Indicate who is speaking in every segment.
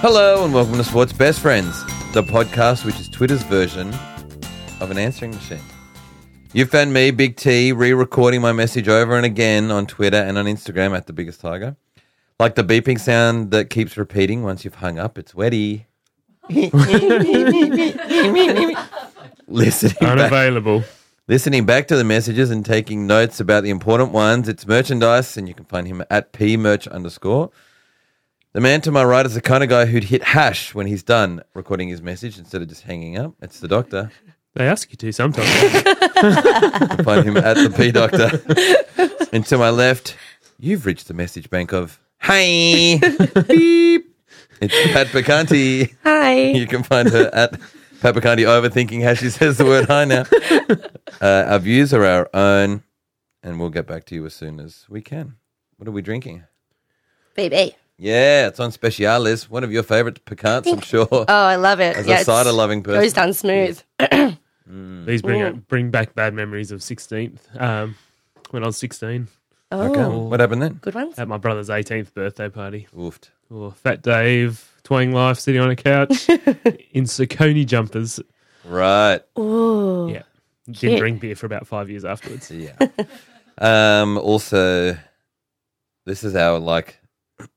Speaker 1: Hello and welcome to Sports Best Friends, the podcast which is Twitter's version of an answering machine. You found me, Big T, re recording my message over and again on Twitter and on Instagram at The Biggest Tiger. Like the beeping sound that keeps repeating once you've hung up, it's wetty. listening, back,
Speaker 2: Unavailable.
Speaker 1: listening back to the messages and taking notes about the important ones, it's merchandise, and you can find him at pmerch underscore. The man to my right is the kind of guy who'd hit hash when he's done recording his message instead of just hanging up. It's the doctor.
Speaker 2: They ask you to sometimes.
Speaker 1: Find him at the P Doctor. and to my left, you've reached the message bank of Hey Beep. It's Pat Bacanti.
Speaker 3: Hi.
Speaker 1: You can find her at Pat Bacanti overthinking how she says the word hi now. Uh, our views are our own, and we'll get back to you as soon as we can. What are we drinking?
Speaker 3: Baby.
Speaker 1: Yeah, it's on Specialis, one of your favorite pecans, I'm sure.
Speaker 3: Oh, I love it.
Speaker 1: As
Speaker 3: Yeah,
Speaker 1: a
Speaker 3: it's-
Speaker 1: cider loving
Speaker 3: Goes
Speaker 1: person,
Speaker 3: down smooth.
Speaker 1: Hmm.
Speaker 2: These bring out, bring back bad memories of 16th. Um, when I was 16
Speaker 3: Oh,
Speaker 1: Okay, what happened then?
Speaker 3: good ones.
Speaker 2: at my brother's 18th birthday party.
Speaker 1: Oofed.
Speaker 2: Oh, fat Dave, twang life, sitting on a couch in Saucony jumpers.
Speaker 1: Right.
Speaker 3: Ooh.
Speaker 2: Yeah.
Speaker 3: Cute.
Speaker 2: Didn't drink beer for about five years afterwards.
Speaker 1: Yeah. um, also, this is our like,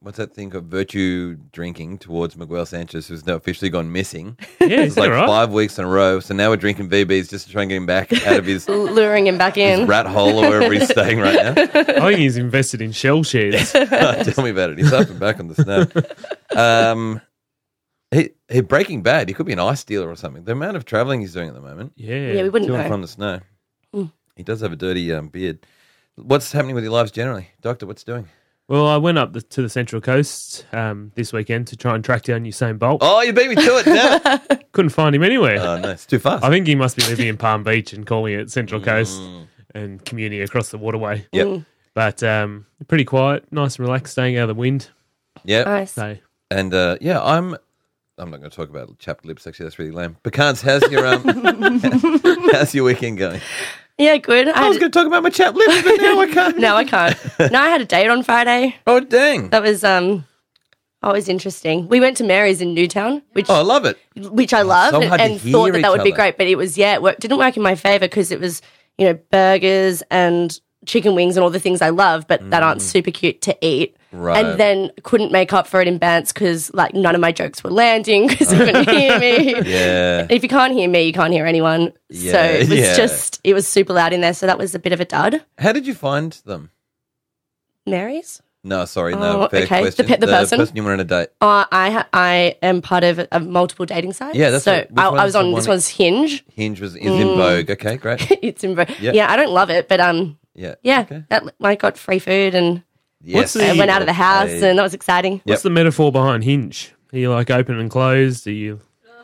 Speaker 1: what's that thing of virtue drinking towards Miguel Sanchez, who's now officially gone missing.
Speaker 2: Yeah, is
Speaker 1: It's like
Speaker 2: that right?
Speaker 1: five weeks in a row. So now we're drinking VBs just to try and get him back out of his,
Speaker 3: L- Luring him back
Speaker 1: his
Speaker 3: in.
Speaker 1: rat hole or wherever he's staying right now. Uh,
Speaker 2: I think he's invested in shell shares.
Speaker 1: Tell me about it. He's up and back on the snap. Um, he, he breaking bad. He could be an ice dealer or something. The amount of traveling he's doing at the moment.
Speaker 2: Yeah.
Speaker 3: yeah, we wouldn't
Speaker 1: To and
Speaker 3: know.
Speaker 1: from the snow. He does have a dirty um, beard. What's happening with your lives generally, Doctor? What's doing?
Speaker 2: Well, I went up the, to the Central Coast um, this weekend to try and track down Usain Bolt.
Speaker 1: Oh, you beat me to it. Damn it.
Speaker 2: Couldn't find him anywhere.
Speaker 1: oh no, it's too fast.
Speaker 2: I think he must be living in Palm Beach and calling it Central Coast and community across the waterway.
Speaker 1: Mm. Yep,
Speaker 2: But um, pretty quiet, nice and relaxed, staying out of the wind.
Speaker 1: yep.
Speaker 3: Nice.
Speaker 2: So
Speaker 1: And uh, yeah, I'm. I'm not going to talk about chapped lips. Actually, that's really lame. Pecans, how's your um, how's your weekend going?
Speaker 3: Yeah, good. I
Speaker 1: I was
Speaker 3: had,
Speaker 1: going to talk about my chapped lips, but now I can't.
Speaker 3: no, I can't. no, I had a date on Friday.
Speaker 1: Oh dang!
Speaker 3: That was um always interesting. We went to Mary's in Newtown, which
Speaker 1: Oh, I love it.
Speaker 3: which I loved
Speaker 1: so hard
Speaker 3: and,
Speaker 1: Oh, to
Speaker 3: and thought
Speaker 1: hear
Speaker 3: that that
Speaker 1: each
Speaker 3: would be
Speaker 1: other.
Speaker 3: great, but it was yeah, it worked, didn't work in my favor because it was you know burgers and chicken wings and all the things I love, but that aren't super cute to eat.
Speaker 1: Mm. Right.
Speaker 3: And then couldn't make up for it in Bants because like none of my jokes were landing because you couldn't hear me.
Speaker 1: Yeah,
Speaker 3: If you can't hear me, you can't hear anyone. so
Speaker 1: Yeah,
Speaker 3: it was
Speaker 1: yeah.
Speaker 3: just it was super loud in there. So that was a bit of a dud.
Speaker 1: how did you find them?
Speaker 3: Mary's.
Speaker 1: No, sorry, no.
Speaker 3: Oh,
Speaker 1: fair
Speaker 3: okay. The
Speaker 1: question.
Speaker 3: pe- the person?
Speaker 1: you were on a date.
Speaker 3: Uh, I ha- I am part of, of multiple dating sites.
Speaker 1: Yeah, that's
Speaker 3: so
Speaker 1: what- which
Speaker 3: I,
Speaker 1: one
Speaker 3: I
Speaker 1: is
Speaker 3: was
Speaker 1: the
Speaker 3: on
Speaker 1: one
Speaker 3: this
Speaker 1: that-
Speaker 3: one's Hinge.
Speaker 1: Hinge was is
Speaker 3: Mm.
Speaker 1: in vogue. Okay, great.
Speaker 3: it's in,
Speaker 1: Yeah.
Speaker 3: yeah, I don't love it, but um,
Speaker 1: Yeah,
Speaker 3: Yeah,
Speaker 1: Okay.
Speaker 3: that I got free food and
Speaker 1: Yes.
Speaker 2: the-
Speaker 3: I went out of the house,
Speaker 1: Okay.
Speaker 3: and that was exciting.
Speaker 2: what's the metaphor behind hinge? Are you like open and closed? Are you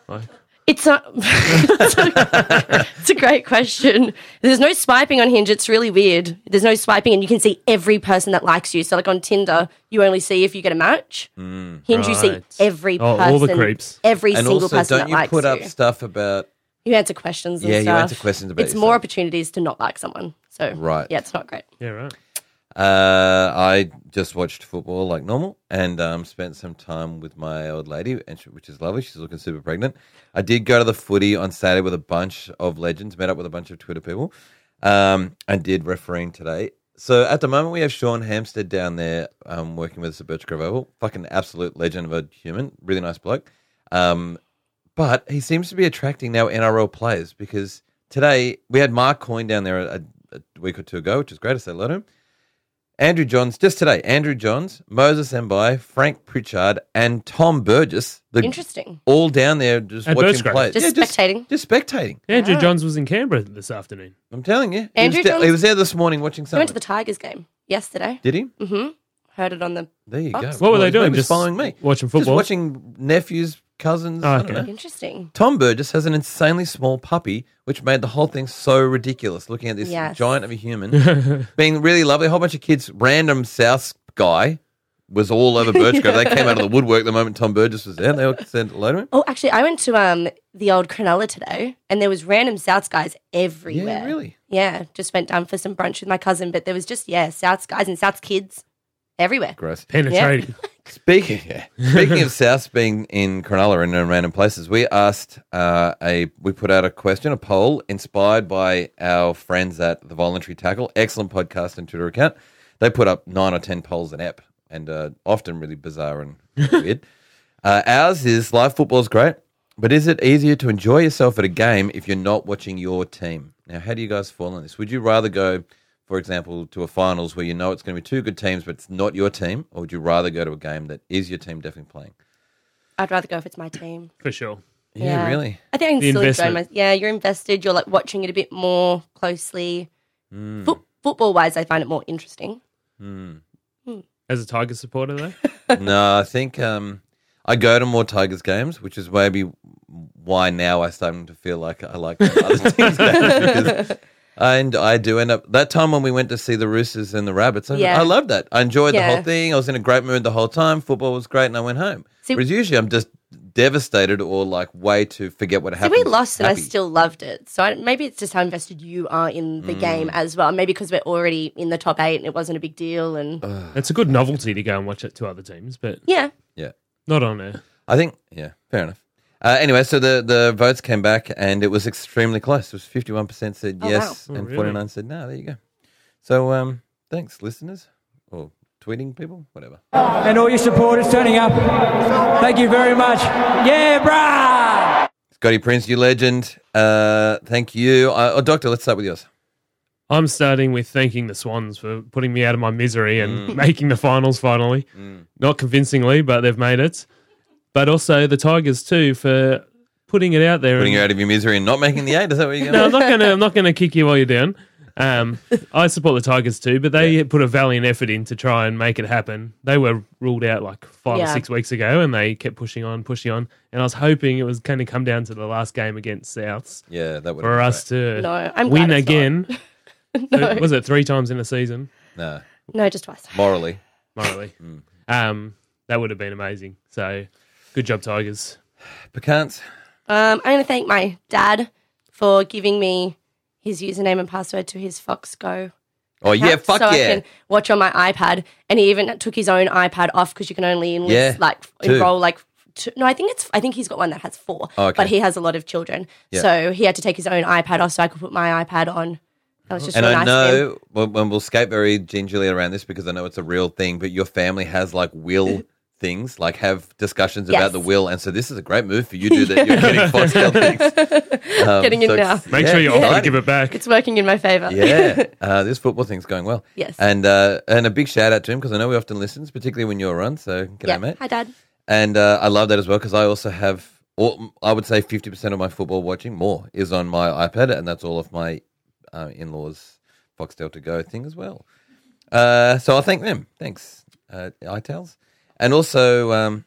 Speaker 2: like
Speaker 3: It's a, it's a it's a great question. There's no swiping on Hinge. It's really weird. There's no swiping, and you can see every person that likes you. So, like on Tinder, you only see if you get a match. Hinge, you see
Speaker 2: Right.
Speaker 3: every
Speaker 2: Oh,
Speaker 3: person,
Speaker 2: all the creeps.
Speaker 3: every
Speaker 1: Mm, and
Speaker 3: single
Speaker 1: also,
Speaker 3: person
Speaker 1: don't
Speaker 3: that
Speaker 1: you
Speaker 3: likes
Speaker 1: put up
Speaker 3: you.
Speaker 1: stuff about
Speaker 3: You answer questions. And
Speaker 1: Yeah, you
Speaker 3: stuff.
Speaker 1: answer questions about
Speaker 3: It's more
Speaker 1: yourself.
Speaker 3: opportunities to not like someone. So
Speaker 1: Right.
Speaker 3: yeah, it's not great.
Speaker 2: yeah right?
Speaker 1: Uh, I just watched football like normal and um, spent some time with my old lady, and she, which is lovely. She's looking super pregnant. I did go to the footy on Saturday with a bunch of legends, met up with a bunch of Twitter people, um, and did refereeing today. So at the moment, we have Sean Hampstead down there um, working with us at Birch Grove Oval. Fucking absolute legend of a human. Really nice bloke. Um, but he seems to be attracting now NRL players because today we had Mark Coyne down there a, a week or two ago, which is great. I said hello to him. Andrew Johns, just today, Andrew Johns, Moses Mbai, Frank Pritchard, and Tom Burgess, the,
Speaker 3: Interesting.
Speaker 1: all down there just
Speaker 2: At
Speaker 1: watching
Speaker 2: Birch Grove.
Speaker 1: play.
Speaker 3: Just spectating.
Speaker 1: Just, spectating.
Speaker 2: Andrew Johns was in Canberra this afternoon.
Speaker 1: I'm telling you. he
Speaker 3: Andrew
Speaker 1: was,
Speaker 3: Johns-
Speaker 1: he was there this morning watching
Speaker 3: I
Speaker 1: something.
Speaker 3: went to the Tigers game yesterday. Mm-hmm.
Speaker 1: Did he?
Speaker 3: Heard it on the
Speaker 1: There you go.
Speaker 3: What
Speaker 2: What were they
Speaker 1: his
Speaker 2: doing?
Speaker 1: name is
Speaker 2: Just
Speaker 1: following me.
Speaker 2: watching football? Oh,
Speaker 1: Just watching nephews, cousins. I don't
Speaker 2: Okay.
Speaker 1: know.
Speaker 3: interesting.
Speaker 1: Tom Burgess has an insanely small puppy, which made the whole thing so ridiculous. Looking at this
Speaker 3: Yes.
Speaker 1: giant of a human, being really lovely. A whole bunch of kids, random South guy was all over Birch Grove. They came out of the woodwork the moment Tom Burgess was there. They all said hello to him.
Speaker 3: Oh, actually, I went to um the old Cronulla today, and there was random Souths guys everywhere.
Speaker 1: Yeah, really.
Speaker 3: Yeah, just went down for some brunch with my cousin, but there was just yeah Souths guys and Souths kids everywhere.
Speaker 1: Gross.
Speaker 2: Penetrating.
Speaker 1: Speaking, speaking of Souths being in Cronulla and in random places, we asked uh, a we put out a question, a poll inspired by our friends at the Voluntary Tackle, excellent podcast and Twitter account. They put up nine or ten polls an app, and uh, often really bizarre and weird. Uh, ours is live football's great, but is it easier to enjoy yourself at a game if you're not watching your team? Now, how do you guys fall on this? Would you rather go, for example, to a finals where you know it's going to be two good teams, but it's not your team, or would you rather go to a game that is your team definitely playing?
Speaker 3: I'd rather go if it's my team.
Speaker 2: for sure.
Speaker 1: Yeah,
Speaker 3: Yeah.
Speaker 1: really.
Speaker 3: I think I can
Speaker 2: The
Speaker 3: still
Speaker 2: investment.
Speaker 3: enjoy my. Yeah, you're invested. You're like watching it a bit more closely.
Speaker 2: Mm.
Speaker 3: Foot, football wise, I find it more interesting.
Speaker 2: As a Tiger supporter, though,
Speaker 1: no, I think um, I go to more Tigers games, which is maybe why now I'm starting to feel like I like other teams. games because- and I do end up that time when we went to see the Roosters and the Rabbits. I,
Speaker 3: Yeah.
Speaker 1: I loved that. I enjoyed the
Speaker 3: Yeah.
Speaker 1: whole thing. I was in a great mood the whole time. Football was great, and I went home.
Speaker 3: See-
Speaker 1: Whereas usually I'm just devastated or like way to forget what
Speaker 3: So
Speaker 1: happened.
Speaker 3: we lost and I
Speaker 1: happy.
Speaker 3: still loved it. So I, maybe it's just how invested you are in
Speaker 2: Mm.
Speaker 3: the game as well. Maybe because we're already in the top eight and it wasn't a big deal. And
Speaker 1: Uh.
Speaker 2: it's a good novelty to go and watch it to other teams, but
Speaker 3: yeah,
Speaker 1: Yeah.
Speaker 2: not on a
Speaker 1: I think, yeah, fair enough. Uh, anyway, so the, the votes came back and it was extremely close. It was 51% said
Speaker 3: Oh,
Speaker 1: yes
Speaker 2: wow. Oh,
Speaker 1: and
Speaker 2: really?
Speaker 1: 49 said no. There you go. So um, thanks, listeners, or tweeting people, whatever.
Speaker 4: and all your supporters turning up. Thank you very much. Yeah, brah!
Speaker 1: Scotty Prince, you legend. Uh, thank you. Uh, oh, Doctor, let's start with yours.
Speaker 2: I'm starting with thanking the Swans for putting me out of my misery and making the finals finally. Not convincingly, but they've made it. But also the Tigers too for putting it out there.
Speaker 1: Putting
Speaker 2: and-
Speaker 1: you out of your misery and not making the eight. Is that what you're
Speaker 2: no,
Speaker 1: going
Speaker 2: I'm not going to. I'm not going to kick you while you're down. Um, I support the Tigers too, but they put a valiant effort in to try and make it happen. They were ruled out like five or
Speaker 3: Yeah.
Speaker 2: six weeks ago, and they kept pushing on, pushing on. And I was hoping it was going to come down to the last game against Souths
Speaker 1: Yeah, that would
Speaker 2: for us to
Speaker 3: No, I'm glad
Speaker 2: win
Speaker 3: it's
Speaker 2: again. So, was it three times in a season?
Speaker 1: No,
Speaker 3: no, just twice.
Speaker 1: morally.
Speaker 2: morally.
Speaker 1: Mm.
Speaker 2: um, that would have been amazing. So, good job, Tigers.
Speaker 1: Pecans.
Speaker 3: Um, I'm going to thank my dad for giving me his username and password to his Fox Go
Speaker 1: Oh, yeah,
Speaker 3: app
Speaker 1: fuck
Speaker 3: so I
Speaker 1: yeah.
Speaker 3: can watch on my iPad. And he even took his own iPad off because you can only enlist,
Speaker 1: Yeah,
Speaker 3: like
Speaker 1: two.
Speaker 3: enroll like two. no. I think it's I think he's got one that has four,
Speaker 1: Oh, okay.
Speaker 3: but he has a lot of children,
Speaker 1: Yeah.
Speaker 3: so he had to take his own iPad off so I could put my iPad on. That was just
Speaker 1: And
Speaker 3: really
Speaker 1: I
Speaker 3: nice of him.
Speaker 1: know when, when we'll skate very gingerly around this because I know it's a real thing, but your family has like will things, like have discussions about
Speaker 3: Mm. Yes.
Speaker 1: the will. And so this is a great move for you to do that. You're getting Foxtel things. Um,
Speaker 3: Getting in now.
Speaker 1: it's-
Speaker 2: Make
Speaker 1: yeah,
Speaker 2: sure you offer to
Speaker 1: exciting.
Speaker 2: give it back.
Speaker 3: It's working in my favor.
Speaker 1: Yeah, uh, this football thing's going well.
Speaker 3: Yes.
Speaker 1: and uh, and a big shout out to him because I know he often listens, particularly when you're on. So g'day,
Speaker 3: yeah.
Speaker 1: mate.
Speaker 3: Hi, Dad.
Speaker 1: And uh, I love that as well because I also have, all, I would say, fifty percent of my football watching more is on my iPad, and that's all off my uh, in-laws Foxtel to go thing as well. Uh, so I thank them. Thanks, uh, iTales, and also um,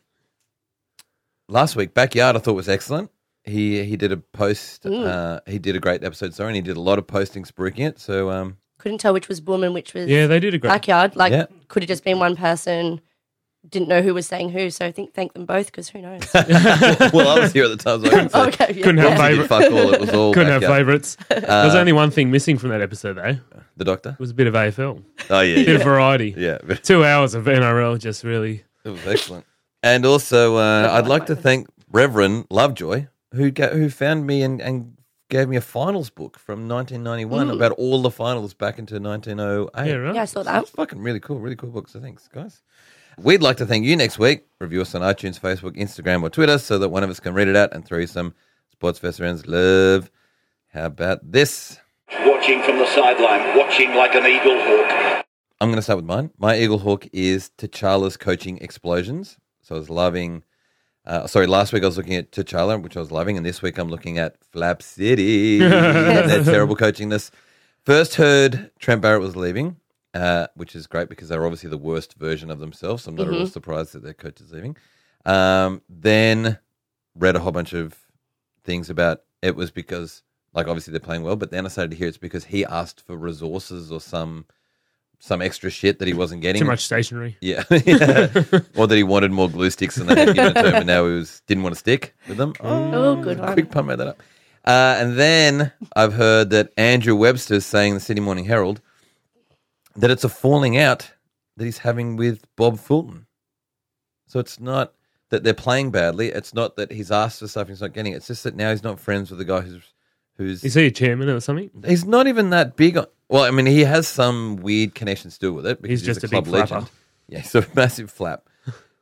Speaker 1: last week backyard I thought was excellent. He he did a post. Uh, he did a great episode. Sorry, and he did a lot of posting spruiking it. So um,
Speaker 3: Couldn't tell which was boom and which was
Speaker 2: yeah, they did a great.
Speaker 3: backyard. Like
Speaker 1: Yeah.
Speaker 3: could have just been one person. Didn't know who was saying who, so I think thank them both because who knows?
Speaker 1: well, I was here at the time. So I couldn't say-
Speaker 3: okay, yeah.
Speaker 2: Couldn't help
Speaker 1: He did
Speaker 2: Favourite.
Speaker 1: fuck all. It was all
Speaker 2: Couldn't have
Speaker 1: backyard.
Speaker 2: favourites.
Speaker 1: Uh,
Speaker 2: there was only one thing missing from that episode, though. It
Speaker 1: the doctor.
Speaker 2: was a bit of AFL,
Speaker 1: Oh yeah,
Speaker 2: a bit
Speaker 1: yeah.
Speaker 2: of variety.
Speaker 1: yeah. but-
Speaker 2: Two hours of NRL just really.
Speaker 1: It was excellent. And also, uh, I'd like to thank Reverend Lovejoy, who ga- who found me and, and gave me a finals book from 1991 about all the finals back into 1908.
Speaker 2: Yeah, right.
Speaker 3: Yeah, I saw that.
Speaker 1: That's fucking really cool. Really cool book. So thanks, guys. We'd like to thank you next week. Review us on iTunes, Facebook, Instagram, or Twitter so that one of us can read it out and throw you some sports veterans love. How about this?
Speaker 5: watching from the sideline, watching like an eagle hawk.
Speaker 1: I'm going to start with mine. My Eagle Hawk is T'Challa's coaching explosions. So I was loving. Uh, sorry, last week I was looking at T'Challa, which I was loving, and this week I'm looking at Flap City. They're terrible coaching this. First heard Trent Barrett was leaving, uh, which is great because they're obviously the worst version of themselves. I'm not
Speaker 2: Mm-hmm.
Speaker 1: at all surprised that their coach is leaving. Um, then read a whole bunch of things about it was because, like, obviously they're playing well, but then I started to hear it's because he asked for resources or some some extra shit that he wasn't getting.
Speaker 2: Too much stationery.
Speaker 1: Yeah. or that he wanted more glue sticks than they had given to him, and now he was didn't want to stick with them. Oh,
Speaker 3: Oh, good one.
Speaker 1: quick pump made that up. Uh, and then I've heard that Andrew Webster's saying in the Sydney Morning Herald that it's a falling out that he's having with Bob Fulton. So it's not that they're playing badly. It's not that he's asked for stuff and he's not getting it. It's just that now he's not friends with the guy who's who's
Speaker 2: Is he a chairman or something?
Speaker 1: he's not even that big on. Well, I mean, he has some weird connection still with it. Because
Speaker 2: He's just a
Speaker 1: club
Speaker 2: big flapper.
Speaker 1: legend. Yeah, he's a massive flap.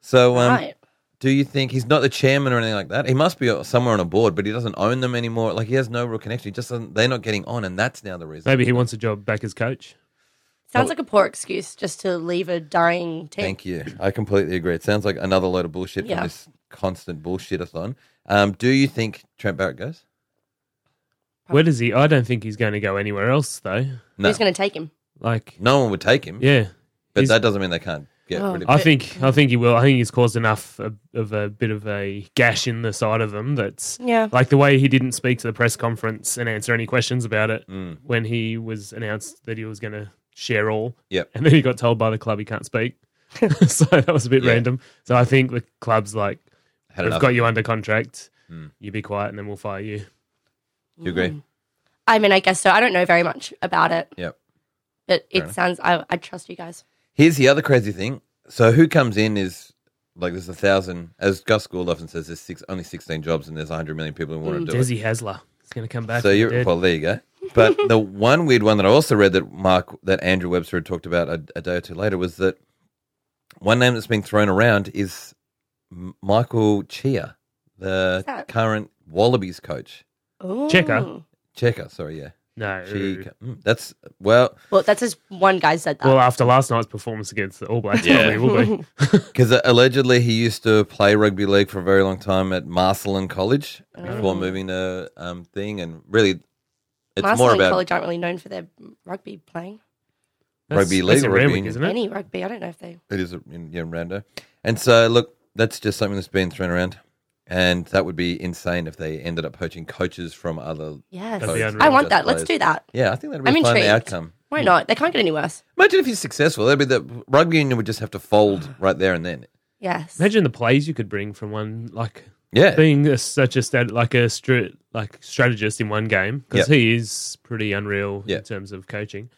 Speaker 1: So, um,
Speaker 3: right.
Speaker 1: do you think he's not the chairman or anything like that? He must be somewhere on a board, but he doesn't own them anymore. Like he has no real connection. He just doesn't, they're not getting on, and that's now the reason.
Speaker 2: Maybe he wants a job back as coach.
Speaker 3: Sounds like a poor excuse just to leave a dying
Speaker 1: oh.
Speaker 3: team.
Speaker 1: Thank you. I completely agree. It sounds like another load of bullshit
Speaker 3: Yeah.
Speaker 1: from this constant bullshitathon. Um, do you think Trent Barrett goes?
Speaker 2: Where does he? I don't think he's going to go anywhere else though.
Speaker 1: No,
Speaker 3: Who's going to take him?
Speaker 2: Like,
Speaker 1: no one would take him.
Speaker 2: yeah,
Speaker 1: but
Speaker 2: he's-
Speaker 1: that doesn't mean they can't get
Speaker 3: Oh.
Speaker 1: rid of him.
Speaker 2: I think I think he will. I think he's caused enough of, of a bit of a gash in the side of him that's
Speaker 3: Yeah.
Speaker 2: like the way he didn't speak to the press conference and answer any questions about it
Speaker 1: Mm.
Speaker 2: when he was announced that he was going to share all.
Speaker 1: Yep.
Speaker 2: and then he got told by the club he can't speak. so that was a bit
Speaker 1: Yeah.
Speaker 2: random. So I think the club's like,
Speaker 1: Had
Speaker 2: we've
Speaker 1: enough. Mm.
Speaker 2: got you under contract. You be quiet, and then we'll fire you.
Speaker 1: You agree?
Speaker 3: I mean, I guess so. I don't know very much about it,
Speaker 1: Yep.
Speaker 3: but it
Speaker 1: enough.
Speaker 3: sounds, I, I trust you guys.
Speaker 1: Here's the other crazy thing. So who comes in is like there's a thousand, as Gus Gould often says, there's six, only 16 jobs and there's 100 million people who want to do it.
Speaker 2: Desi Hasler is going to come Mm, back.
Speaker 1: So
Speaker 2: from the
Speaker 1: you
Speaker 2: dead.
Speaker 1: well, there you go. But the one weird one that I also read that Mark, that Andrew Webster had talked about a, a day or two later was that one name that's being thrown around is M- Michael Chia, the
Speaker 3: that?
Speaker 1: current Wallabies coach.
Speaker 3: Ooh.
Speaker 2: Checker.
Speaker 1: Checker, sorry, yeah.
Speaker 2: no.
Speaker 1: Chia. Mm, That's, well,
Speaker 3: Well, that's just one guy said that.
Speaker 2: Well, after last night's performance against the All Blacks,
Speaker 1: Yeah.
Speaker 2: probably will be.
Speaker 1: Because uh, allegedly he used to play rugby league for a very long time at Marcelin College before moving to um, thing, and really, it's
Speaker 3: Marcel
Speaker 1: more
Speaker 3: and
Speaker 1: about
Speaker 3: college aren't really known for their rugby playing.
Speaker 2: That's-
Speaker 1: Rugby
Speaker 2: that's
Speaker 1: league
Speaker 2: a
Speaker 1: or
Speaker 2: rare
Speaker 1: rugby
Speaker 2: week,
Speaker 1: union?
Speaker 2: isn't it?
Speaker 3: Any rugby, I don't know if they.
Speaker 1: it is a, in, yeah rando. And so look, that's just something that's been thrown around, and that would be insane if they ended up poaching coaches from other.
Speaker 3: Yes.
Speaker 2: That'd be unreal.
Speaker 3: I want
Speaker 1: Just
Speaker 3: that. Let's
Speaker 1: players.
Speaker 3: do that.
Speaker 1: Yeah, I think that'd be
Speaker 3: I'm
Speaker 1: a fun
Speaker 3: intrigued.
Speaker 1: outcome.
Speaker 3: Why not? They can't get any worse.
Speaker 1: Imagine if he's successful, that'd be the rugby union would just have to fold right there and then.
Speaker 3: Yes.
Speaker 2: Imagine the plays you could bring from one, like
Speaker 1: Yeah,
Speaker 2: being a, such a stat, like a str- like strategist in one game because
Speaker 1: Yep.
Speaker 2: he is pretty unreal in
Speaker 1: Yep.
Speaker 2: terms of coaching,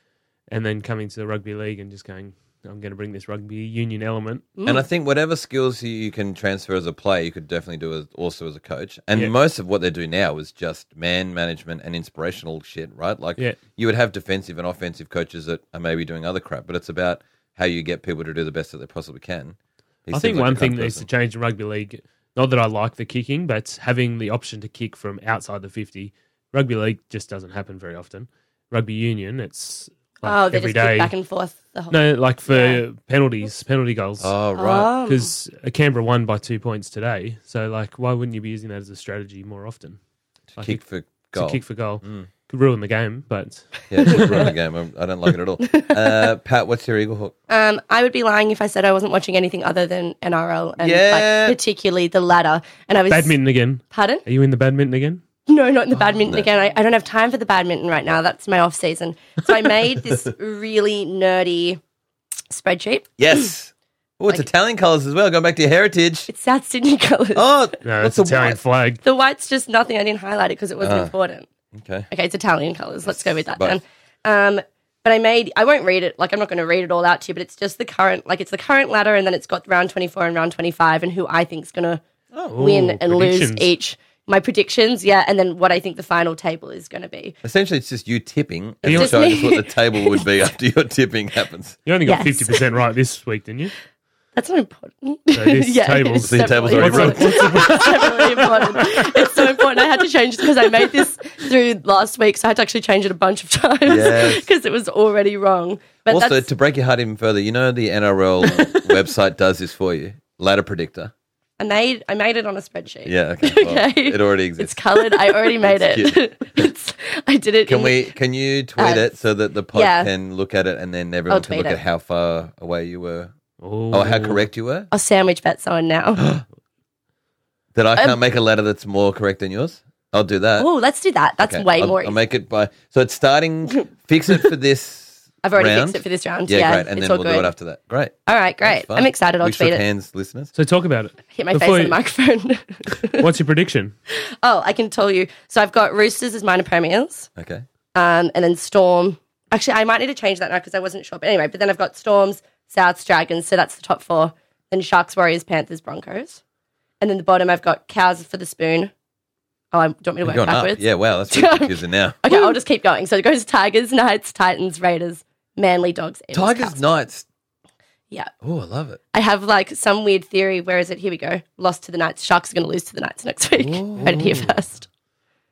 Speaker 2: and then coming to the rugby league and just going, I'm going to bring this rugby union element.
Speaker 1: And I think whatever skills you, you can transfer as a player, you could definitely do as, also as a coach. And most of what they do now is just man management and inspirational shit, right? Like
Speaker 2: Yeah.
Speaker 1: you would have defensive and offensive coaches that are maybe doing other crap, but it's about how you get people to do the best that they possibly can. He
Speaker 2: I
Speaker 1: seems
Speaker 2: think
Speaker 1: like
Speaker 2: one
Speaker 1: the kind
Speaker 2: thing
Speaker 1: of
Speaker 2: that needs to
Speaker 1: person.
Speaker 2: change in rugby league. Not that I like the kicking, but having the option to kick from outside the fifty, rugby league just doesn't happen very often. Rugby union, it's like
Speaker 3: oh, they
Speaker 2: every
Speaker 3: just kick
Speaker 2: day.
Speaker 3: back and forth the whole.
Speaker 2: no, like for penalties, penalty goals.
Speaker 1: Oh right,
Speaker 3: Um,
Speaker 2: because Canberra won by two points today. So, like, why wouldn't you be using that as a strategy more often?
Speaker 1: to kick for
Speaker 2: Oh. To
Speaker 1: goal.
Speaker 2: kick for goal Mm. could ruin the game, but
Speaker 1: yeah, it should ruin the game. I'm- I don't like it at all. Uh, Pat, what's your eagle hook?
Speaker 3: Um, I would be lying if I said I wasn't watching anything other than NRL and
Speaker 1: Yeah.
Speaker 3: like, particularly the latter. And I was
Speaker 2: badminton again.
Speaker 3: Pardon?
Speaker 2: Are you in the badminton again?
Speaker 3: No, not in the
Speaker 1: Oh,
Speaker 3: badminton again. I, I don't have time for the badminton right now. That's my off season. So I made this really nerdy spreadsheet.
Speaker 1: Yes. Oh, it's Italian colours as well. Going back to your heritage.
Speaker 3: It's South Sydney colours.
Speaker 1: Oh,
Speaker 2: No,
Speaker 1: what's
Speaker 2: it's
Speaker 1: the
Speaker 2: Italian
Speaker 1: white?
Speaker 2: flag.
Speaker 3: The white's just nothing. I didn't highlight it because it
Speaker 1: Ah.
Speaker 3: wasn't important.
Speaker 1: Okay.
Speaker 3: Okay, it's Italian colours. Let's go with that
Speaker 1: Both.
Speaker 3: then. Um, but I made. I won't read it. Like I'm not going to read it all out to you. But it's just the current. Like it's the current ladder, and then it's got round 24 and round 25, and who I think's going to
Speaker 1: Oh,
Speaker 3: win
Speaker 2: Ooh,
Speaker 3: and lose
Speaker 2: predictions.
Speaker 3: each. My predictions, yeah, and then what I think the final table is going to be.
Speaker 1: Essentially, it's just you tipping and
Speaker 2: It's
Speaker 1: showing us
Speaker 2: just
Speaker 3: me.
Speaker 1: what the table would be after your tipping happens.
Speaker 2: You only got
Speaker 3: Yes.
Speaker 2: fifty percent right this week, didn't you?
Speaker 3: That's not important.
Speaker 2: this table's-
Speaker 3: it's
Speaker 1: The table's
Speaker 3: definitely
Speaker 1: already
Speaker 3: important. It's definitely important. It's so important. I had to change it because I made this through last week, so I had to actually change it a bunch of times
Speaker 1: Yes.
Speaker 3: because it was already wrong. But
Speaker 1: also,
Speaker 3: that's,
Speaker 1: to break your heart even further, you know the NRL website does this for you. Ladder predictor.
Speaker 3: I made I made it on a spreadsheet.
Speaker 1: Yeah. Okay. well,
Speaker 3: Okay.
Speaker 1: It already
Speaker 3: It's
Speaker 1: exists.
Speaker 3: coloured. I already made
Speaker 1: cute.
Speaker 3: it. it's, I did it.
Speaker 1: can
Speaker 3: in-
Speaker 1: we? Can you tweet
Speaker 3: Uh,
Speaker 1: it so that the pod
Speaker 3: yeah.
Speaker 1: can look at it and then everyone can
Speaker 3: tweet
Speaker 1: look
Speaker 3: it.
Speaker 1: at how far away you were
Speaker 2: Oh,
Speaker 1: or how correct you were?
Speaker 3: I'll sandwich bet someone now.
Speaker 1: That I can't
Speaker 3: Um,
Speaker 1: make a ladder that's more correct than yours. I'll do that.
Speaker 3: oh, let's do that. That's
Speaker 1: Okay,
Speaker 3: way
Speaker 1: I'll,
Speaker 3: more.
Speaker 1: I'll make it by. So it's starting. fix it for this.
Speaker 3: I've already
Speaker 1: round.
Speaker 3: fixed it for this round.
Speaker 1: Yeah,
Speaker 3: Yeah,
Speaker 1: great. And
Speaker 3: it's
Speaker 1: then
Speaker 3: all
Speaker 1: we'll
Speaker 3: good.
Speaker 1: do it after that. Great.
Speaker 3: All right, great.
Speaker 1: That's fun.
Speaker 3: I'm excited. I'll
Speaker 1: we
Speaker 3: tweet
Speaker 1: shook
Speaker 3: it.
Speaker 1: hands, listeners.
Speaker 2: So talk about it.
Speaker 3: Hit my
Speaker 2: Before
Speaker 3: face on
Speaker 2: you-
Speaker 3: the microphone.
Speaker 2: What's your prediction?
Speaker 3: oh, I can tell you. So I've got Roosters as minor premiers,
Speaker 1: Okay.
Speaker 3: um, and then Storm. Actually, I might need to change that now because I wasn't sure. But anyway, but then I've got Storms, Souths, Dragons. So that's the top four. Then Sharks, Warriors, Panthers, Broncos. And then the bottom, I've got Cows for the Spoon. Oh, I don't want me to
Speaker 1: We're
Speaker 3: work
Speaker 1: going
Speaker 3: backwards.
Speaker 1: up. Yeah, wow, that's really confusing now.
Speaker 3: Okay, I'll just keep going. So it goes Tigers, Knights, Titans, Raiders, Manly, Dogs, Eagles,
Speaker 1: Tigers,
Speaker 3: Cats.
Speaker 1: Knights.
Speaker 3: Yeah.
Speaker 1: Oh, I love it.
Speaker 3: I have like some weird theory. Where is it? Here we go. Lost to the Knights. Sharks are going to lose to the Knights next week.
Speaker 1: Ooh.
Speaker 3: Heard it here first.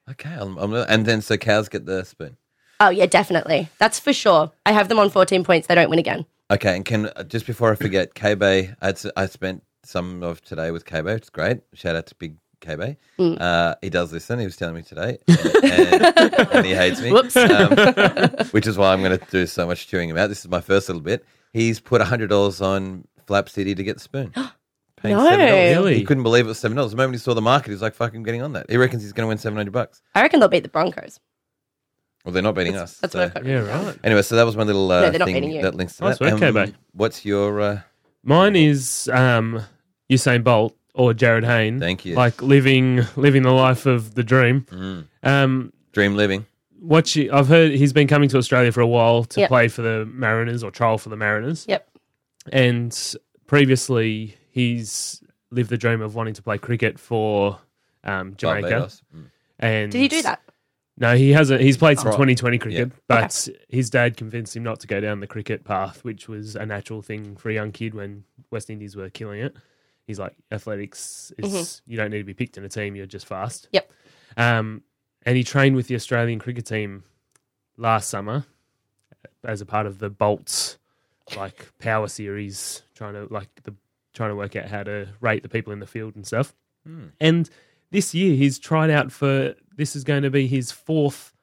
Speaker 1: Okay, I'm, I'm, and then so cows get the spoon.
Speaker 3: Oh yeah, definitely. That's for sure. I have them on 14 points. They don't win again.
Speaker 1: Okay, and can uh, just before I forget, K Bay, I, I spent some of today with K Bay. It's great. Shout out to Big K Bay.
Speaker 3: Mm.
Speaker 1: Uh, he does listen. He was telling me today, and, and he hates me,
Speaker 3: Whoops.
Speaker 1: Um, which is why I'm going to do so much chewing him out. This is my first little bit. He's put hundred dollars on Flap City to get the spoon. Paying
Speaker 3: No.
Speaker 1: $7.
Speaker 2: Really?
Speaker 1: He couldn't believe it was seven dollars. The moment he saw the market, he's like, "Fuck, I'm getting on that." He reckons he's going to win seven hundred bucks.
Speaker 3: I reckon they'll beat the Broncos.
Speaker 1: Well, they're not beating us.
Speaker 3: That's
Speaker 1: so-
Speaker 3: what I've got.
Speaker 2: Yeah, right.
Speaker 1: Anyway, so that was my little uh,
Speaker 3: No, they're not
Speaker 1: thing
Speaker 3: beating you.
Speaker 1: that links to
Speaker 2: Nice
Speaker 1: that. Um,
Speaker 2: work, K-Bay.
Speaker 1: what's your? Uh,
Speaker 2: Mine is um, Usain Bolt or Jared Hayne.
Speaker 1: Thank you.
Speaker 2: Like living living the life of the dream. Um,
Speaker 1: Dream living.
Speaker 2: what you, I've heard he's been coming to Australia for a while to
Speaker 3: Yep.
Speaker 2: play for the Mariners or trial for the Mariners.
Speaker 3: Yep.
Speaker 2: And previously, he's lived the dream of wanting to play cricket for um, Jamaica.
Speaker 1: Barbados. Mm.
Speaker 2: And
Speaker 3: Did he do that?
Speaker 2: No, he hasn't. He's played some
Speaker 1: Right.
Speaker 2: 2020 cricket,
Speaker 1: Yeah.
Speaker 2: but his dad convinced him not to go down the cricket path, which was a natural thing for a young kid when West Indies were killing it. He's like, athletics is you don't need to be picked in a team; you're just fast.
Speaker 3: Yep.
Speaker 2: Um, and he trained with the Australian cricket team last summer as a part of the Bolts like power series, trying to like the trying to work out how to rate the people in the field and stuff.
Speaker 1: Hmm.
Speaker 2: And this year he's tried out for this is going to be his fourth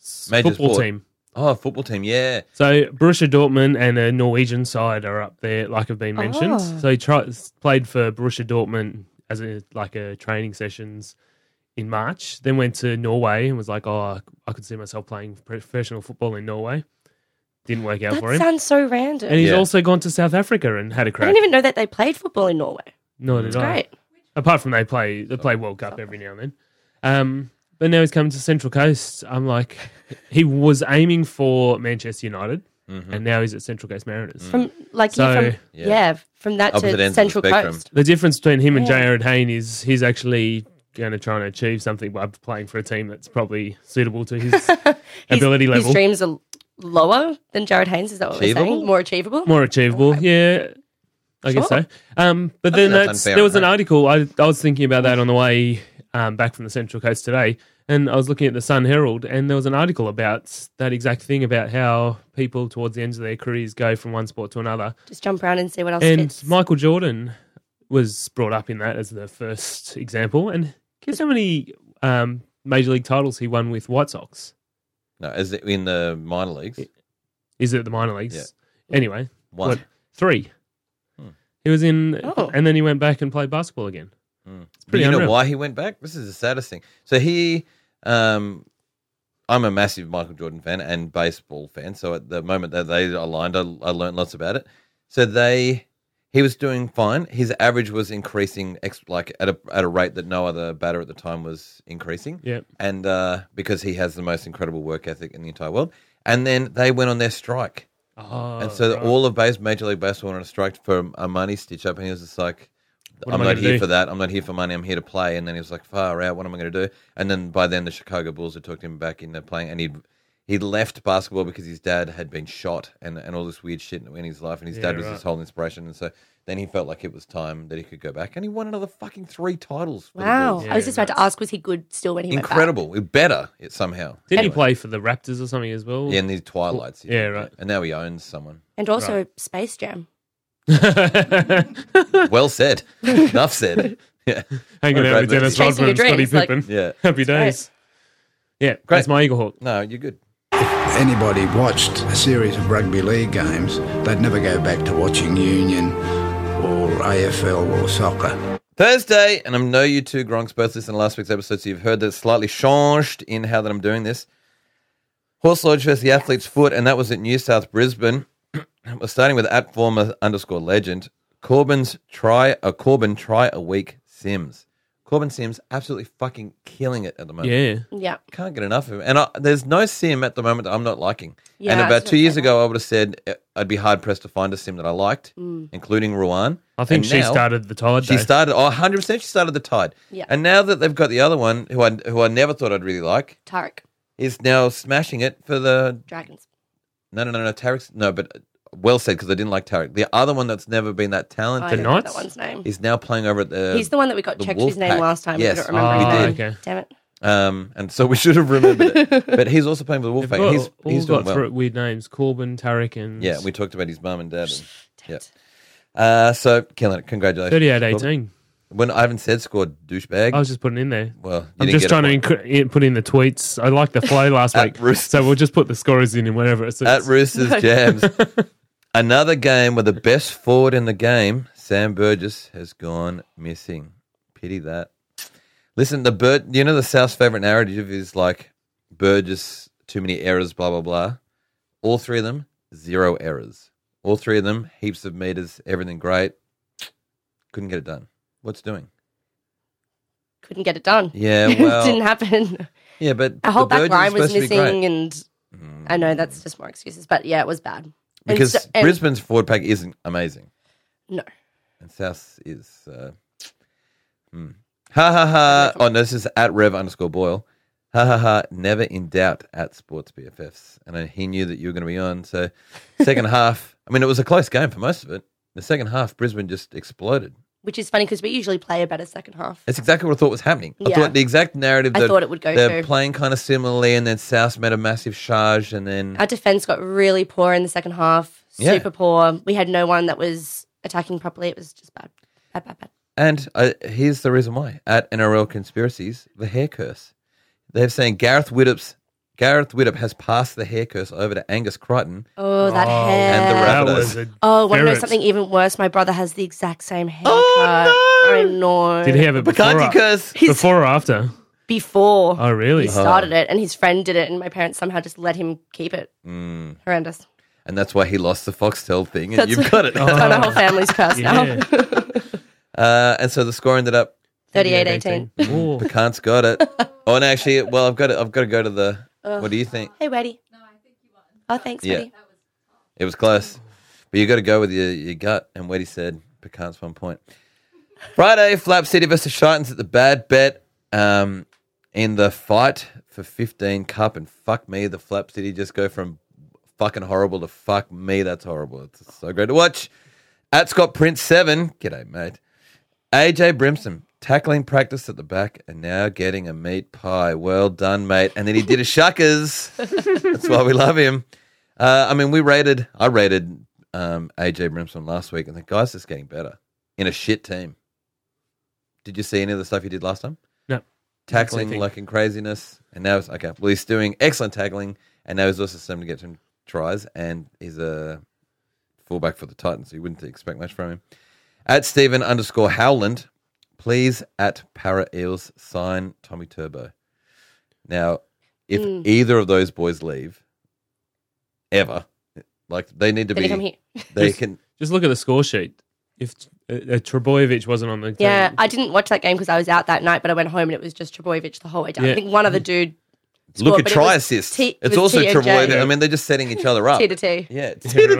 Speaker 2: s-
Speaker 1: Major
Speaker 2: football
Speaker 1: sport.
Speaker 2: team.
Speaker 1: Oh, football team. Yeah.
Speaker 2: So Borussia Dortmund and a Norwegian side are up there, like have been mentioned.
Speaker 3: Oh.
Speaker 2: So he tried, played for Borussia Dortmund as a like a training sessions in March. Then went to Norway and was like, oh, I could see myself playing professional football in Norway. Didn't work out for
Speaker 3: That
Speaker 2: him.
Speaker 3: sounds so random.
Speaker 2: and he's
Speaker 1: Yeah.
Speaker 2: also gone to South Africa and had a
Speaker 3: I
Speaker 2: crack.
Speaker 3: didn't even know that they played football in Norway.
Speaker 2: Nor did
Speaker 3: It's
Speaker 2: I.
Speaker 3: great.
Speaker 2: Apart from they play they play World Cup every now and then. Um, but now he's coming to Central Coast. I'm like, he was aiming for Manchester United, and now he's at Central Coast Mariners.
Speaker 3: From like
Speaker 2: So-
Speaker 3: you're from
Speaker 1: Yeah.
Speaker 3: yeah. from that
Speaker 1: Opposite ends
Speaker 3: to
Speaker 1: of the
Speaker 3: Central
Speaker 1: spectrum.
Speaker 3: Coast.
Speaker 2: The difference between him and
Speaker 3: Yeah.
Speaker 2: Jared Hayne is he's actually going to try and achieve something by playing for a team that's probably suitable to his
Speaker 3: His-
Speaker 2: ability level,
Speaker 3: His dreams are lower than Jared Haynes. Is that what we're
Speaker 1: Achievable?
Speaker 3: saying? More achievable.
Speaker 2: more achievable. Yeah, I guess
Speaker 3: Sure.
Speaker 2: so. Um, but
Speaker 1: I
Speaker 2: then
Speaker 1: think that's
Speaker 2: that's,
Speaker 1: unfair,
Speaker 2: there was an
Speaker 1: right?
Speaker 2: article I, I was thinking about that on the way um, back from the Central Coast today, and I was looking at the Sun Herald, and there was an article about that exact thing about how people towards the end of their careers go from one sport to another,
Speaker 3: Just jump around and see what else.
Speaker 2: and
Speaker 3: fits.
Speaker 2: Michael Jordan was brought up in that as the first example. And guess how many um, major league titles he won with White Sox?
Speaker 1: No, is it in the minor leagues?
Speaker 2: Is it the minor leagues? Anyway,
Speaker 1: One.
Speaker 2: what- three.
Speaker 1: Hmm.
Speaker 2: He was in,
Speaker 3: Oh.
Speaker 2: and then he went back and played basketball again. It's
Speaker 1: But
Speaker 2: pretty
Speaker 1: you know
Speaker 2: unreal.
Speaker 1: why he went back? This is the saddest thing. So he, um, I'm a massive Michael Jordan fan and baseball fan. So at the moment that they aligned, I, I learned lots about it. So they, he was doing fine. His average was increasing, ex, like at a at a rate that no other batter at the time was increasing.
Speaker 2: Yep.
Speaker 1: and uh, because he has the most incredible work ethic in the entire world. And then they went on their strike.
Speaker 2: Oh,
Speaker 1: And so all of base, Major League Baseball went on a strike for a money stitch up, and he was just like,
Speaker 2: am
Speaker 1: "I'm
Speaker 2: I
Speaker 1: not
Speaker 2: gonna
Speaker 1: here
Speaker 2: do?"
Speaker 1: for that. I'm not here for money. I'm here to play." And then he was like, "Far out. What am I going to do?" And then by then, the Chicago Bulls had talked him back into playing, and he he left basketball because his dad had been shot and and all this weird shit in his life, and his
Speaker 2: Yeah,
Speaker 1: dad was
Speaker 2: right.
Speaker 1: his whole inspiration. And so then he felt like it was time that he could go back, and he won another fucking three titles. For the
Speaker 3: wow.
Speaker 1: Bulls.
Speaker 2: Yeah,
Speaker 3: I was just about to ask, was he good still when he went back?
Speaker 1: incredible. Better it somehow.
Speaker 2: did he
Speaker 1: Anyway.
Speaker 2: play for the Raptors or something as well?
Speaker 1: Yeah, in these twilights. he
Speaker 2: Yeah,
Speaker 1: did,
Speaker 2: right.
Speaker 1: And now he owns someone.
Speaker 3: And also Space Jam.
Speaker 1: Well said. Enough said. Yeah,
Speaker 2: Hanging
Speaker 1: What a
Speaker 2: out
Speaker 1: great
Speaker 2: with
Speaker 1: movie.
Speaker 2: Dennis
Speaker 3: Chasing
Speaker 2: Rodman and
Speaker 3: your
Speaker 2: Scotty
Speaker 3: dreams, like-
Speaker 2: Pippen.
Speaker 1: yeah.
Speaker 2: Happy
Speaker 3: great.
Speaker 2: days. Yeah, that's my Eagle Hawk.
Speaker 1: No, you're good.
Speaker 6: anybody watched a series of rugby league games, they'd never go back to watching Union or AFL or soccer.
Speaker 1: Thursday, and I know you two Gronks both listened to last week's episode, so you've heard that it's slightly changed in how that I'm doing this. Horse Lodge versus the Athlete's Foot, and that was at New South Brisbane. We're starting with at uh, former underscore legend Corbin's try a Corbin try a week Sims. Corbin Sims absolutely fucking killing it at the moment.
Speaker 2: Yeah.
Speaker 3: Yeah.
Speaker 1: Can't get enough of him. And I, there's no sim at the moment that I'm not liking.
Speaker 3: Yeah,
Speaker 1: and
Speaker 3: I was
Speaker 1: about
Speaker 3: gonna
Speaker 1: two years
Speaker 3: say
Speaker 1: ago, I would have said uh, I'd be hard pressed to find a sim that I liked, including Ruan.
Speaker 2: I think
Speaker 1: And
Speaker 2: she
Speaker 1: now-
Speaker 2: started the tide.
Speaker 1: She
Speaker 2: though.
Speaker 1: started, oh, 100% she started the tide.
Speaker 3: Yeah.
Speaker 1: And now that they've got the other one, who I, who I never thought I'd really like,
Speaker 3: Tarek,
Speaker 1: is now smashing it for the
Speaker 3: dragons.
Speaker 1: No, no, no, no. Tarek's no, but uh, well said because I didn't like Tarek. The other one that's never been that
Speaker 3: I
Speaker 1: talented
Speaker 2: The
Speaker 3: don't know that
Speaker 2: Knights?
Speaker 3: one's name.
Speaker 1: is now playing over at the.
Speaker 3: He's the one that we got
Speaker 1: uh, the
Speaker 3: checked his name
Speaker 1: Wolfpack.
Speaker 3: last time.
Speaker 1: Yes.
Speaker 3: I don't remember
Speaker 2: Ah,
Speaker 3: his name.
Speaker 2: okay.
Speaker 3: Damn it.
Speaker 1: um, and so we should have remembered it. But he's also playing for the
Speaker 2: They've
Speaker 1: Wolfpack.
Speaker 2: got-
Speaker 1: He's
Speaker 2: all
Speaker 1: he's doing
Speaker 2: got
Speaker 1: well.
Speaker 2: thro- weird names: Corbin, Tarek, and
Speaker 1: Yeah, we talked about his mum and dad. And,
Speaker 3: Damn it.
Speaker 1: uh, so killing it. Congratulations.
Speaker 2: 38-18.
Speaker 1: When Ivan said scored douchebag.
Speaker 2: I was just putting in there.
Speaker 1: well, you
Speaker 2: I'm
Speaker 1: didn't
Speaker 2: just
Speaker 1: get a
Speaker 2: trying to
Speaker 1: point.
Speaker 2: incre- in- put in the tweets. I like the flow last
Speaker 1: At
Speaker 2: week,
Speaker 1: Roosters.
Speaker 2: so we'll just put the scorers in and wherever it's
Speaker 1: at Roosters Jams. Another game where the best forward in the game, Sam Burgess, has gone missing. Pity that. Listen, the bird, you know, the South's favorite narrative is like Burgess, too many errors, blah blah blah. All three of them, zero errors. All three of them, heaps of meters, everything great. Couldn't get it done. What's doing?
Speaker 3: Couldn't get it done.
Speaker 1: Yeah,
Speaker 3: it didn't
Speaker 1: well,
Speaker 3: happen.
Speaker 1: yeah, but
Speaker 3: A whole
Speaker 1: the
Speaker 3: back
Speaker 1: Burgess
Speaker 3: line
Speaker 1: is
Speaker 3: was
Speaker 1: supposed to be great. Mm.
Speaker 3: missing, and I know that's just more excuses, but yeah, it was bad. And
Speaker 1: because
Speaker 3: so- and-
Speaker 1: Brisbane's forward pack isn't amazing.
Speaker 3: No.
Speaker 1: And South is. Uh, hmm. Ha ha ha. Oh, no, this is at Rev underscore Boyle. Ha ha ha. Never in doubt at Sports BFFs. And I, he knew that you were going to be on. So, second half, I mean, it was a close game for most of it. The second half, Brisbane just exploded.
Speaker 3: Which is funny because we usually play a better second half.
Speaker 1: That's exactly what I thought was happening. I
Speaker 3: Yeah.
Speaker 1: thought the exact narrative
Speaker 3: I
Speaker 1: that
Speaker 3: thought it would go
Speaker 1: they're
Speaker 3: to.
Speaker 1: playing kind of similarly, and then South made a massive charge, and then
Speaker 3: Our defense got really poor in the second half,
Speaker 1: Yeah.
Speaker 3: super poor. We had no one that was attacking properly. It was just bad. Bad, bad, bad.
Speaker 1: And uh, here's the reason why. At NRL Conspiracies, the hair curse. They're saying Gareth Widdop's Gareth Widdop has passed the hair curse over to Angus Crichton.
Speaker 3: Oh, that hair.
Speaker 1: and the
Speaker 2: that
Speaker 1: Rabbitohs.
Speaker 2: was a
Speaker 3: Oh, want to know
Speaker 2: ferret.
Speaker 3: something even worse? My brother has the exact same haircut.
Speaker 1: Oh, no!
Speaker 3: I know.
Speaker 2: Did he have it before?
Speaker 1: Bacardi
Speaker 2: Or,
Speaker 1: curse.
Speaker 3: He's- Oh.
Speaker 2: before or after?
Speaker 3: before?
Speaker 2: Oh, really?
Speaker 3: He started it, and his friend did it, and my parents somehow just let him keep it.
Speaker 1: Mm.
Speaker 3: Horrendous.
Speaker 1: And that's why he lost the Foxtel thing and
Speaker 3: That's-
Speaker 1: you've got it.
Speaker 3: That's on our whole family's curse now.
Speaker 2: Yeah.
Speaker 1: Uh, and so the score ended up
Speaker 3: 38 18.
Speaker 2: Oh.
Speaker 1: Kant's got it. Oh and actually well I've got it I've got to go to the what do you think?
Speaker 3: Hey, Waddy. No, I think you
Speaker 1: Yeah.
Speaker 3: won. Oh, thanks, Waddy.
Speaker 1: It was close. But you got to go with your, your gut. And Weddy said, Pecans one point. Friday, Flap City versus Shitans at the bad bet um, in the fight for 15 Cup. And fuck me, the Flap City just go from fucking horrible to fuck me. That's horrible. It's so great to watch. At Scott Prince 7. G'day, mate. AJ Brimson. Tackling practice at the back and now getting a meat pie. Well done, mate. And then he did a shuckers. That's why we love him. Uh, I mean, we rated. I rated um, AJ Brimson last week, and the guy's just getting better in a shit team. Did you see any of the stuff he did last time?
Speaker 2: No.
Speaker 1: Tackling
Speaker 2: anything.
Speaker 1: like in craziness, and now it's okay. Well, he's doing excellent tackling, and now he's also starting to get some tries, and he's a fullback for the Titans. So you wouldn't expect much from him. At Stephen underscore Howland, please at Para Eels sign Tommy Turbo. Now, if
Speaker 3: Mm.
Speaker 1: either of those boys leave, ever, like they need to
Speaker 3: Then
Speaker 1: be,
Speaker 3: you come here.
Speaker 1: they
Speaker 2: Just-
Speaker 1: can.
Speaker 2: Just look at the score sheet. If uh, uh, Trebojevic wasn't on the team,
Speaker 3: Yeah, I didn't watch that game because I was out that night, but I went home and it was just Trebojevic the whole way down.
Speaker 2: Yeah.
Speaker 3: I think one other
Speaker 1: Mm.
Speaker 3: dude
Speaker 1: Look at
Speaker 3: but it
Speaker 1: try
Speaker 3: was
Speaker 1: assists.
Speaker 3: T-
Speaker 1: it's
Speaker 3: it was
Speaker 1: also
Speaker 3: T and J.
Speaker 1: Travoy. I mean, they're just setting each other up.
Speaker 3: T to T.
Speaker 1: Yeah, T to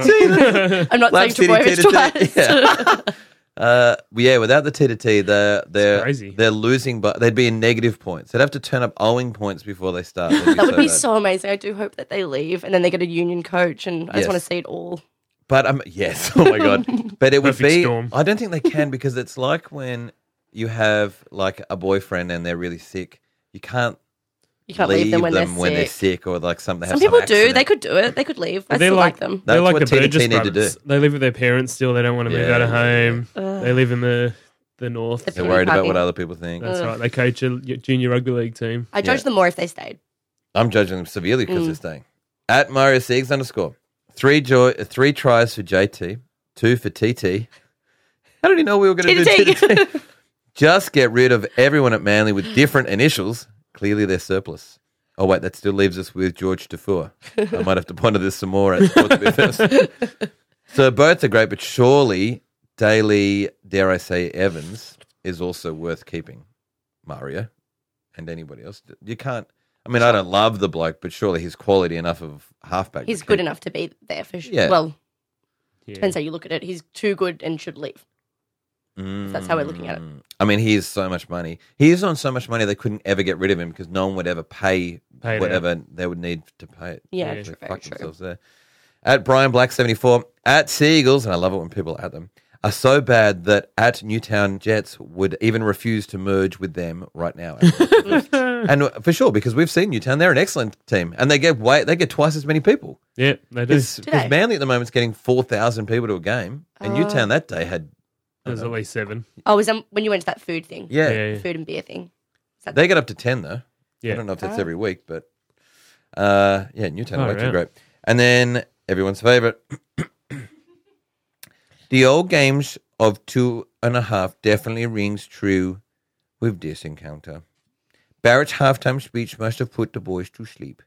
Speaker 1: T.
Speaker 3: I'm not saying
Speaker 1: Lab City
Speaker 3: Trebojevic
Speaker 1: T to T.
Speaker 3: twice.
Speaker 1: Yeah. Uh, yeah, without the T to T, they're they're
Speaker 2: crazy.
Speaker 1: they're losing, but they'd be in negative points. They'd have to turn up owing points before they start.
Speaker 3: That would be
Speaker 1: bad.
Speaker 3: so amazing. I do hope that they leave and then they get a union coach, and
Speaker 1: Yes.
Speaker 3: I just want to see it all.
Speaker 1: But um, yes, oh my god! But it would
Speaker 2: Perfect
Speaker 1: be.
Speaker 2: storm.
Speaker 1: I don't think they can because it's like when you have like a boyfriend and they're really sick. You can't,
Speaker 3: You can't leave, them when they're sick.
Speaker 1: or like something.
Speaker 3: some people do. They could do it. They could leave. I
Speaker 2: They're
Speaker 3: still like, them.
Speaker 2: They're
Speaker 1: That's
Speaker 2: like
Speaker 1: what
Speaker 2: the
Speaker 1: TDT
Speaker 2: Burgess
Speaker 1: need to
Speaker 2: brothers.
Speaker 1: do.
Speaker 2: They live with their parents still. They don't want to move
Speaker 1: Yeah.
Speaker 2: out of home. They live in the the north.
Speaker 3: The
Speaker 1: are worried about
Speaker 3: Parking.
Speaker 1: what other people think.
Speaker 3: Mm.
Speaker 2: That's right. They coach a junior rugby league team.
Speaker 3: I judge
Speaker 1: Yeah.
Speaker 3: them more if they stayed.
Speaker 1: I'm judging them severely because they're staying. At Mario Siegs underscore three joy, uh, three tries for JT, two for TT. How did he know we were going to do
Speaker 3: TTT.
Speaker 1: TTT? Just get rid of everyone at Manly with different initials. Clearly, they're surplus. Oh wait, that still leaves us with George Tafua. I might have to ponder this some more at Sports Bit first. So both are great, but surely Daly, dare I say, Evans is also worth keeping. Mario and anybody else. You can't. I mean, I don't love the bloke, but surely he's quality enough of halfback.
Speaker 3: He's
Speaker 1: to
Speaker 3: good
Speaker 1: keep-
Speaker 3: enough to be there for sure.
Speaker 1: Yeah.
Speaker 3: Well,
Speaker 2: Yeah.
Speaker 3: depends how you look at it. He's too good and should leave. If that's how we're looking at it.
Speaker 1: Mm. I mean, he is so much money. He is on so much money they couldn't ever get rid of him because no one would ever pay
Speaker 2: Pay it
Speaker 1: whatever they would need to pay it.
Speaker 3: Yeah,
Speaker 2: Yeah.
Speaker 1: They
Speaker 3: true.
Speaker 1: fuck
Speaker 3: true.
Speaker 1: themselves there. At Brian Black seventy four at Seagulls, and I love it when people at them are so bad that at Newtown Jets would even refuse to merge with them right now. and for sure, because we've seen Newtown, they're an excellent team, and they get way they get twice as many people.
Speaker 2: yeah, they do.
Speaker 1: Because
Speaker 2: There's
Speaker 3: they?
Speaker 1: Manly at the moment's getting four thousand people to a game,
Speaker 3: Uh,
Speaker 1: and Newtown that day had
Speaker 2: at least seven.
Speaker 3: Oh, was um, when you went to that food thing?
Speaker 1: yeah,
Speaker 2: Yeah, yeah.
Speaker 3: Food and beer thing.
Speaker 1: They get up to 10, though. I
Speaker 2: Yeah.
Speaker 1: don't know if that's every week, but uh, yeah, Newtown are
Speaker 2: Oh,
Speaker 1: way too
Speaker 2: right.
Speaker 1: great. And then everyone's favorite the old games of two and a half definitely rings true with this encounter. Barrett's halftime speech must have put the boys to sleep.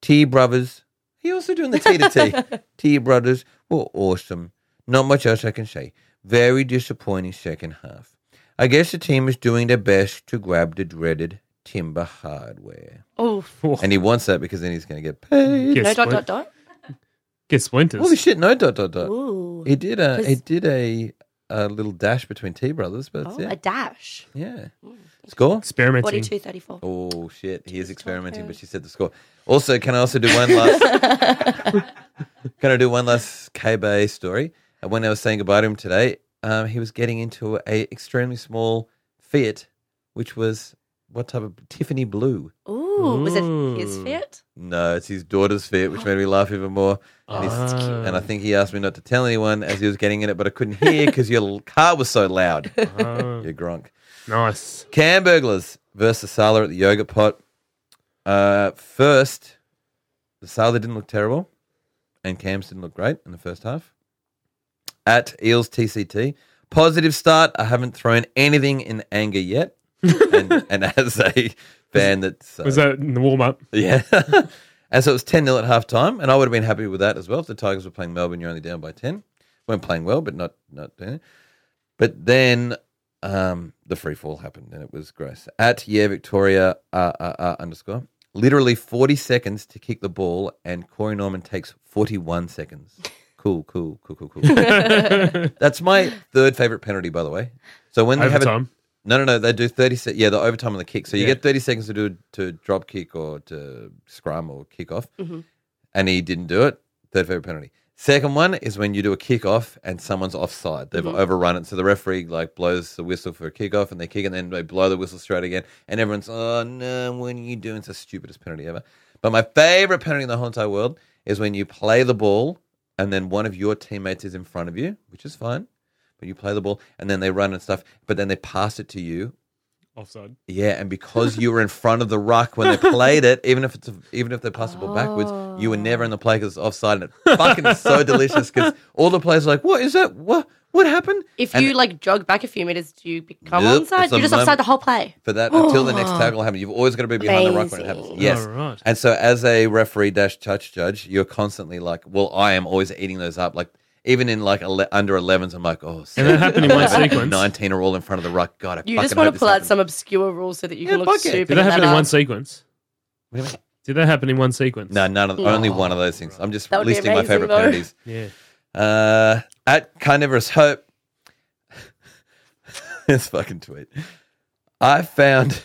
Speaker 1: T Brothers, he also doing the T to T. T Brothers were awesome. Not much else I can say. Very disappointing second half. I guess the team is doing their best to grab the dreaded timber hardware.
Speaker 3: Oh,
Speaker 1: And he wants that because then he's going to get paid.
Speaker 2: Get,
Speaker 3: no dot
Speaker 2: splin-
Speaker 3: dot dot.
Speaker 2: get splinters.
Speaker 1: Holy shit! No dot dot dot.
Speaker 3: Ooh.
Speaker 1: He did a
Speaker 3: 'Cause-
Speaker 1: he did a, a little dash between T brothers, but
Speaker 3: Oh, Mm,
Speaker 1: yeah,
Speaker 3: a dash.
Speaker 1: yeah. Score.
Speaker 2: Experimenting.
Speaker 3: 42 34.
Speaker 1: Oh shit! He is experimenting, but she said the score. Also, can I also do one last? can I do one last K Bay story? And when I was saying goodbye to him today, um, he was getting into a extremely small Fiat, which was what type of Tiffany blue.
Speaker 3: Ooh, was it his
Speaker 2: Ooh.
Speaker 3: fit?
Speaker 1: No, it's his daughter's Fiat, which made me laugh even more. And, he's-
Speaker 2: Ah. That's cute.
Speaker 1: and I think he asked me not to tell anyone as he was getting in it, but I couldn't hear because your l- car was so loud.
Speaker 2: Ah,
Speaker 1: you gronk.
Speaker 2: nice.
Speaker 1: Can burglars versus Sala at the yoga pot. Uh, first, the Sala didn't look terrible, and Cam's didn't look great in the first half. At Eels TCT, positive start. I haven't thrown anything in anger yet, and, and as a fan that's uh,
Speaker 2: Was that in the warm up?
Speaker 1: yeah. and so it was 10 0 at half time. And I would have been happy with that as well. If the Tigers were playing Melbourne, you're only down by 10. Weren't playing well, but not, not doing it. But then um, the free fall happened and it was gross. At yeah, Victoria uh, uh, uh, underscore, literally 40 seconds to kick the ball. And Corey Norman takes 41 seconds. Cool, cool, cool, cool, cool. That's my third favorite penalty, by the way. So when they have it,
Speaker 2: Overtime.
Speaker 1: no, no, no. They do thirty. Se- yeah, the overtime on the kick. So you
Speaker 2: Yeah.
Speaker 1: get thirty seconds to do to drop kick or to scrum or kick off, and he didn't do it. Third favorite penalty. Second one is when you do a kick off and someone's offside. They've overrun it, so the referee like blows the whistle for a kick off, and they kick, and then they blow the whistle straight again, and everyone's oh no, what are you doing? It's the stupidest penalty ever. But my favorite penalty in the whole entire world is when you play the ball and then one of your teammates is in front of you, which is fine but you play the ball and then they run and stuff, but then they pass it to you.
Speaker 2: Offside.
Speaker 1: Yeah, and because you were in front of the ruck when they played it, even if it's even if they passed the ball backwards, you were never in the play because it's offside, and it fucking is so delicious because all the players are like, "What is that? What what happened?"
Speaker 3: If
Speaker 1: And
Speaker 3: you like jog back a few meters, do you become
Speaker 1: Nope,
Speaker 3: onside?
Speaker 1: it's a
Speaker 3: You're just
Speaker 1: mom-
Speaker 3: offside the whole play.
Speaker 1: for that until the next tackle happens, you've always got to be behind the ruck when it happens.
Speaker 3: Amazing.
Speaker 1: Yes,
Speaker 2: All right.
Speaker 1: and so as a referee dash touch judge, you're constantly like, "Well, I am always eating those up." Like even in like ele- under 11s, I'm like, "Oh,
Speaker 2: And that happened in one
Speaker 1: 11,
Speaker 2: sequence.
Speaker 1: 19 are all in front of the ruck." God, I
Speaker 3: You
Speaker 1: fucking
Speaker 3: just want
Speaker 1: hope
Speaker 3: to
Speaker 1: this
Speaker 3: pull out
Speaker 1: happens.
Speaker 3: some obscure rule so that you
Speaker 1: Yeah,
Speaker 3: can
Speaker 1: fuck
Speaker 3: look
Speaker 1: it.
Speaker 3: stupid.
Speaker 2: Did that
Speaker 3: and
Speaker 2: happen in
Speaker 3: up.
Speaker 2: one sequence?
Speaker 1: What do you mean?
Speaker 2: Did that happen in one sequence?
Speaker 1: No, none of, only one of those things. I'm just
Speaker 3: That would be
Speaker 1: listing my
Speaker 3: amazing,
Speaker 1: favorite
Speaker 3: though.
Speaker 1: penalties.
Speaker 2: Yeah.
Speaker 1: Uh, at Carnivorous Hope, this fucking tweet. I found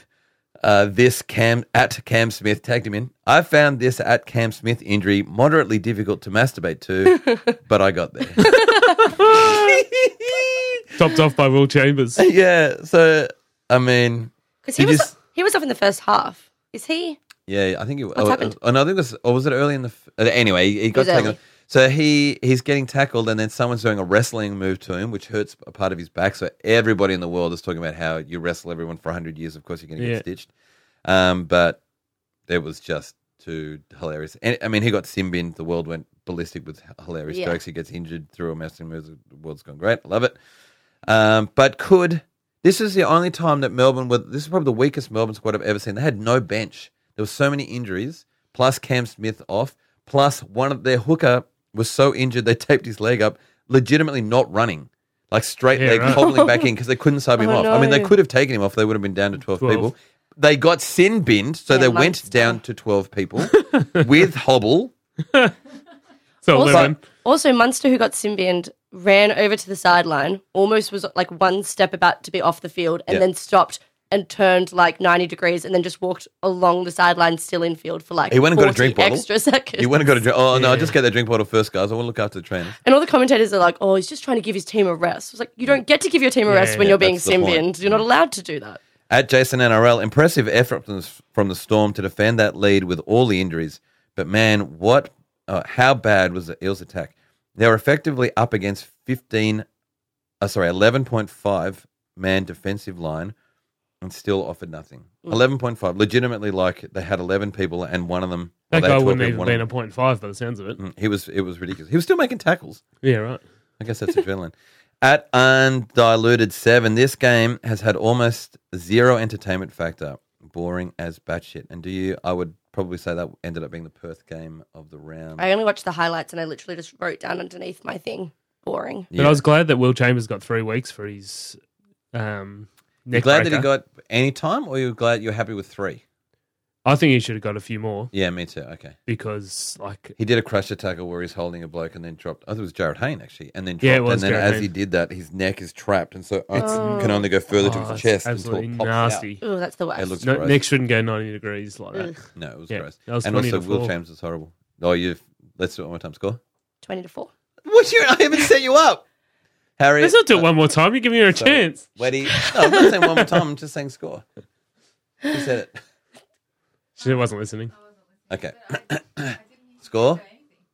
Speaker 1: uh, this Cam at Cam Smith tagged him in. I found this at Cam Smith injury moderately difficult to masturbate to, but I got there.
Speaker 2: Topped off by Will Chambers.
Speaker 1: yeah. So I mean,
Speaker 3: Because he
Speaker 1: You
Speaker 3: was
Speaker 1: just-
Speaker 3: he was off in the first half. Is he?
Speaker 1: Yeah, I think it.
Speaker 3: What's
Speaker 1: oh,
Speaker 3: happened?
Speaker 1: Oh, no, I think it was. Or was it early in the? f- uh, Anyway, he, he got
Speaker 3: was
Speaker 1: taken.
Speaker 3: early.
Speaker 1: So he he's getting tackled, and then someone's doing a wrestling move to him, which hurts a part of his back. So everybody in the world is talking about how you wrestle everyone for hundred years. Of course, you're going to get
Speaker 2: Yeah.
Speaker 1: stitched. Um, but it was just too hilarious. And, I mean, he got Simbin. The world went ballistic with h- hilarious
Speaker 3: Yeah.
Speaker 1: jokes. He gets injured through a wrestling move. The world's gone great. I love it. Um, but could this is the only time that Melbourne were this is probably the weakest Melbourne squad I've ever seen. They had no bench. There were so many injuries, plus Cam Smith off, plus one of their hooker was so injured they taped his leg up, legitimately not running. Like straight,
Speaker 2: Yeah,
Speaker 1: they're
Speaker 2: right.
Speaker 1: hobbling back in because they couldn't sub him
Speaker 3: Oh,
Speaker 1: off. I mean, they
Speaker 3: no.
Speaker 1: could have taken him off. They would have been down to 12,
Speaker 2: 12.
Speaker 1: people. They got sin binned, so
Speaker 3: Yeah,
Speaker 1: they
Speaker 3: months
Speaker 1: went down to 12 people with Hobble.
Speaker 2: So
Speaker 3: Also,
Speaker 2: eleven.
Speaker 3: also, Munster, who got Symbian, ran over to the sideline, almost was like one step about to be off the field, and
Speaker 1: Yeah.
Speaker 3: then stopped and turned like 90 degrees and then just walked along the sideline still in field for like
Speaker 1: He went and got a
Speaker 3: 40
Speaker 1: drink bottle.
Speaker 3: extra seconds.
Speaker 1: You want to go to drink? Oh, no, just get that drink bottle first, guys. I want to look after the trainers.
Speaker 3: and all the commentators are like, oh, he's just trying to give his team a rest. It's like, you don't get to give your team a rest when
Speaker 1: yeah,
Speaker 3: you're being
Speaker 1: that's the point. Mm.
Speaker 3: Symbian. You're not allowed to do that.
Speaker 1: At Jason NRL, impressive effort from the, from the Storm to defend that lead with all the injuries. But man, what? Uh, how bad was the Eels' attack? They were effectively up against fifteen, uh, sorry, eleven point five man defensive line, and still offered nothing.
Speaker 2: Hmm.
Speaker 1: Eleven point five, legitimately, like they had eleven people, and one of them
Speaker 2: That
Speaker 1: well, they
Speaker 2: guy
Speaker 1: had 12
Speaker 2: wouldn't
Speaker 1: people,
Speaker 2: even
Speaker 1: one
Speaker 2: have
Speaker 1: of
Speaker 2: been a point five by the sounds of it.
Speaker 3: Mm.
Speaker 1: them- He was. It was ridiculous. He was still making tackles.
Speaker 2: Yeah, right.
Speaker 1: I guess that's adrenaline. At undiluted seven, this game has had almost zero entertainment factor. Boring as batshit. And do you? I would probably say that ended up being the Perth game of the round.
Speaker 3: I only watched the highlights and I literally just wrote down underneath my thing. Boring.
Speaker 2: But I was glad that Will Chambers got three weeks for his um
Speaker 1: you
Speaker 2: neck
Speaker 1: glad that
Speaker 2: breaker.
Speaker 1: he got any time, or you're glad you're happy with three?
Speaker 2: I think he should have got a few more
Speaker 1: Yeah, me too. Okay.
Speaker 2: because like
Speaker 1: He did a crusher tackle where he's holding a bloke and then dropped. I think it was Jared Hayne actually, and then dropped.
Speaker 2: Yeah, it was
Speaker 1: and then
Speaker 2: Jarryd
Speaker 1: as
Speaker 2: Hayne.
Speaker 1: he did that, his neck is trapped, and so it can only go further to
Speaker 2: oh,
Speaker 1: his
Speaker 2: it's
Speaker 1: chest until
Speaker 2: absolutely
Speaker 1: it pops out.
Speaker 2: nasty.
Speaker 3: Oh, that's the worst.
Speaker 1: It looks
Speaker 2: No,
Speaker 1: gross.
Speaker 2: neck shouldn't go ninety degrees like that.
Speaker 3: Ugh.
Speaker 1: No, it was
Speaker 2: Yeah,
Speaker 1: gross.
Speaker 2: that was
Speaker 1: and
Speaker 2: 20
Speaker 1: also,
Speaker 2: to
Speaker 1: Will
Speaker 2: four.
Speaker 1: Chambers is horrible. Oh, you've. Let's do it one more time. Score.
Speaker 3: 20 to 4.
Speaker 1: What's your? I haven't set you up, Harry.
Speaker 2: Let's not do it one more time. You're giving her a
Speaker 1: so-
Speaker 2: chance.
Speaker 1: Weddy. No, I'm not saying one more time. I'm just saying score. You said it.
Speaker 2: She wasn't listening.
Speaker 1: Okay. score.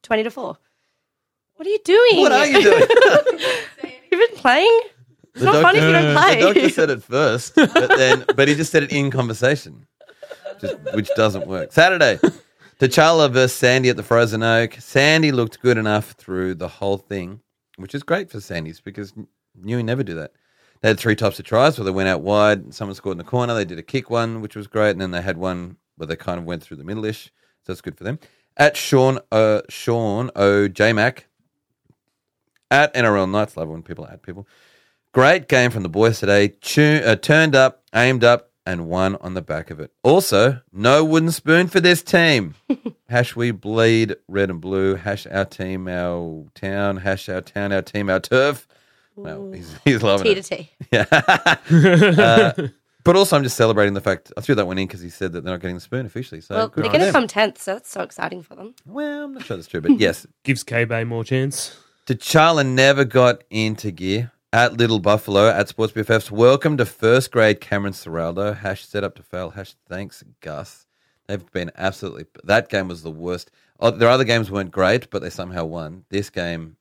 Speaker 3: 20 to 4. What are you doing?
Speaker 1: What are you doing?
Speaker 3: You've been playing? It's not funny if you don't
Speaker 1: the doctor
Speaker 3: play.
Speaker 1: said it first, but then, but he just said it in conversation, just, which doesn't work. Saturday, T'Challa versus Sandy at the Frozen Oak. Sandy looked good enough through the whole thing, which is great for Sandy's because Newey never do that. They had three types of tries where they went out wide, and someone scored in the corner. They did a kick one, which was great, and then they had one where they kind of went through the middle-ish, so that's good for them. At Sean, uh, Sean O J Mac. At NRL Knights, love when people add people. Great game from the boys today. Tu- uh, turned up, aimed up, and won on the back of it. Also, no wooden spoon for this team. hash we bleed red and blue. Hash our team, our town. Hash our town, our team, our turf. Well, he's, he's loving
Speaker 3: T
Speaker 1: it.
Speaker 3: to T.
Speaker 1: Yeah. Uh, but also, I'm just celebrating the fact I threw that one in because he said that they're not getting the spoon officially. So
Speaker 3: Well,
Speaker 1: good
Speaker 3: they're
Speaker 1: on
Speaker 3: going to
Speaker 1: them.
Speaker 3: come 10th, so that's so exciting for them.
Speaker 1: Well, I'm not sure that's true, but yes,
Speaker 2: Gives K Bay more chance.
Speaker 1: T'Challa never got into gear at Little Buffalo at Sports BFFs. Welcome to first grade Cameron Serraldo. Hash set up to fail. Hash thanks Gus. They've been absolutely. That game was the worst. Oh, their other games weren't great, but they somehow won. This game,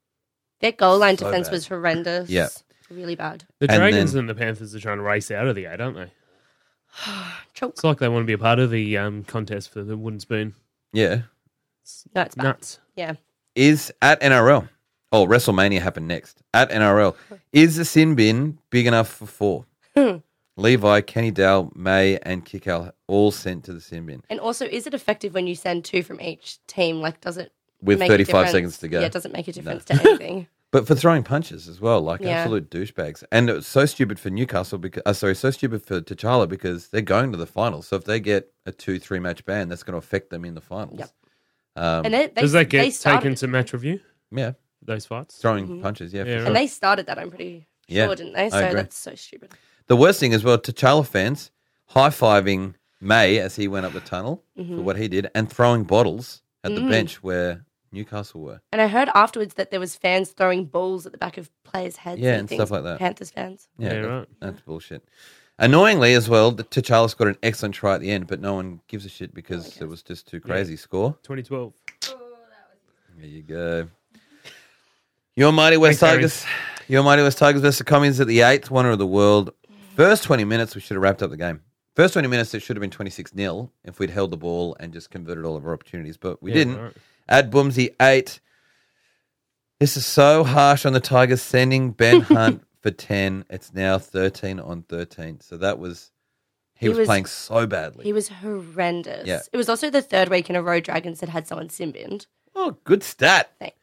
Speaker 3: Their goal line
Speaker 1: So
Speaker 3: defense
Speaker 1: bad.
Speaker 3: was horrendous.
Speaker 1: Yeah.
Speaker 3: Really bad.
Speaker 2: The
Speaker 1: And
Speaker 2: Dragons
Speaker 1: then-
Speaker 2: and the Panthers are trying to race out of the eight, aren't they?
Speaker 3: Choke.
Speaker 2: It's like they want to be a part of the um, contest for the wooden spoon.
Speaker 1: yeah,
Speaker 3: No, it's bad.
Speaker 2: Nuts.
Speaker 3: Yeah.
Speaker 1: is at NRL. Oh, WrestleMania happened next at NRL. Is the sin bin big enough for four?
Speaker 3: Hmm.
Speaker 1: Levi, Kenny Dow, May, and Kikal all sent to the sin bin
Speaker 3: And also, is it effective when you send two from each team? Like, does it
Speaker 1: with
Speaker 3: make a
Speaker 1: 35
Speaker 3: difference?
Speaker 1: seconds to go.
Speaker 3: Yeah, it doesn't make a difference to anything.
Speaker 1: But for throwing punches as well, like
Speaker 3: Yeah.
Speaker 1: absolute douchebags. And it was so stupid for Newcastle because, uh, sorry, so stupid for T'Challa because they're going to the finals. So if they get a two, three match ban, that's going to affect them in the finals.
Speaker 3: Yep.
Speaker 1: Um,
Speaker 3: and they, they,
Speaker 2: Does that
Speaker 3: they
Speaker 2: get
Speaker 3: started,
Speaker 2: taken to match review?
Speaker 1: yeah,
Speaker 2: Those fights.
Speaker 1: throwing
Speaker 3: Mm-hmm.
Speaker 1: punches. Yeah. for
Speaker 2: Yeah,
Speaker 1: sure.
Speaker 3: And they started that, I'm pretty
Speaker 1: Yeah,
Speaker 3: sure, didn't they?
Speaker 1: I
Speaker 3: So
Speaker 1: agree.
Speaker 3: that's so stupid.
Speaker 1: The worst thing as well, T'Challa fans high fiving May as he went up the tunnel for what he did and throwing bottles at the bench where Newcastle were.
Speaker 3: And I heard afterwards that there was fans throwing balls at the back of players' heads.
Speaker 1: Yeah,
Speaker 3: and,
Speaker 1: and
Speaker 3: things,
Speaker 1: stuff like that.
Speaker 3: Panthers fans.
Speaker 1: Yeah,
Speaker 2: Yeah,
Speaker 1: that-
Speaker 2: right.
Speaker 1: That's bullshit. Annoyingly, as well, the- T'Challa scored an excellent try at the end, but no one gives a shit because it was just too crazy score.
Speaker 2: 2012.
Speaker 1: There you go. Your Mighty West
Speaker 2: Thanks,
Speaker 1: Tigers. Your Mighty West Tigers versus the Commies at the eighth wonder of the world. First 20 minutes, we should have wrapped up the game. First 20 minutes, it should have been 26 0 if we'd held the ball and just converted all of our opportunities, but we
Speaker 2: Yeah,
Speaker 1: didn't.
Speaker 2: right.
Speaker 1: Add Boomsy, eight. This is so harsh on the Tigers sending Ben Hunt for 10. It's now 13 on 13. So that was, he,
Speaker 3: He
Speaker 1: was,
Speaker 3: was-
Speaker 1: playing so badly.
Speaker 3: He was horrendous.
Speaker 1: Yeah.
Speaker 3: It was also the third week in a row Dragons had had someone Simbind.
Speaker 1: oh, good stat.
Speaker 3: Thanks.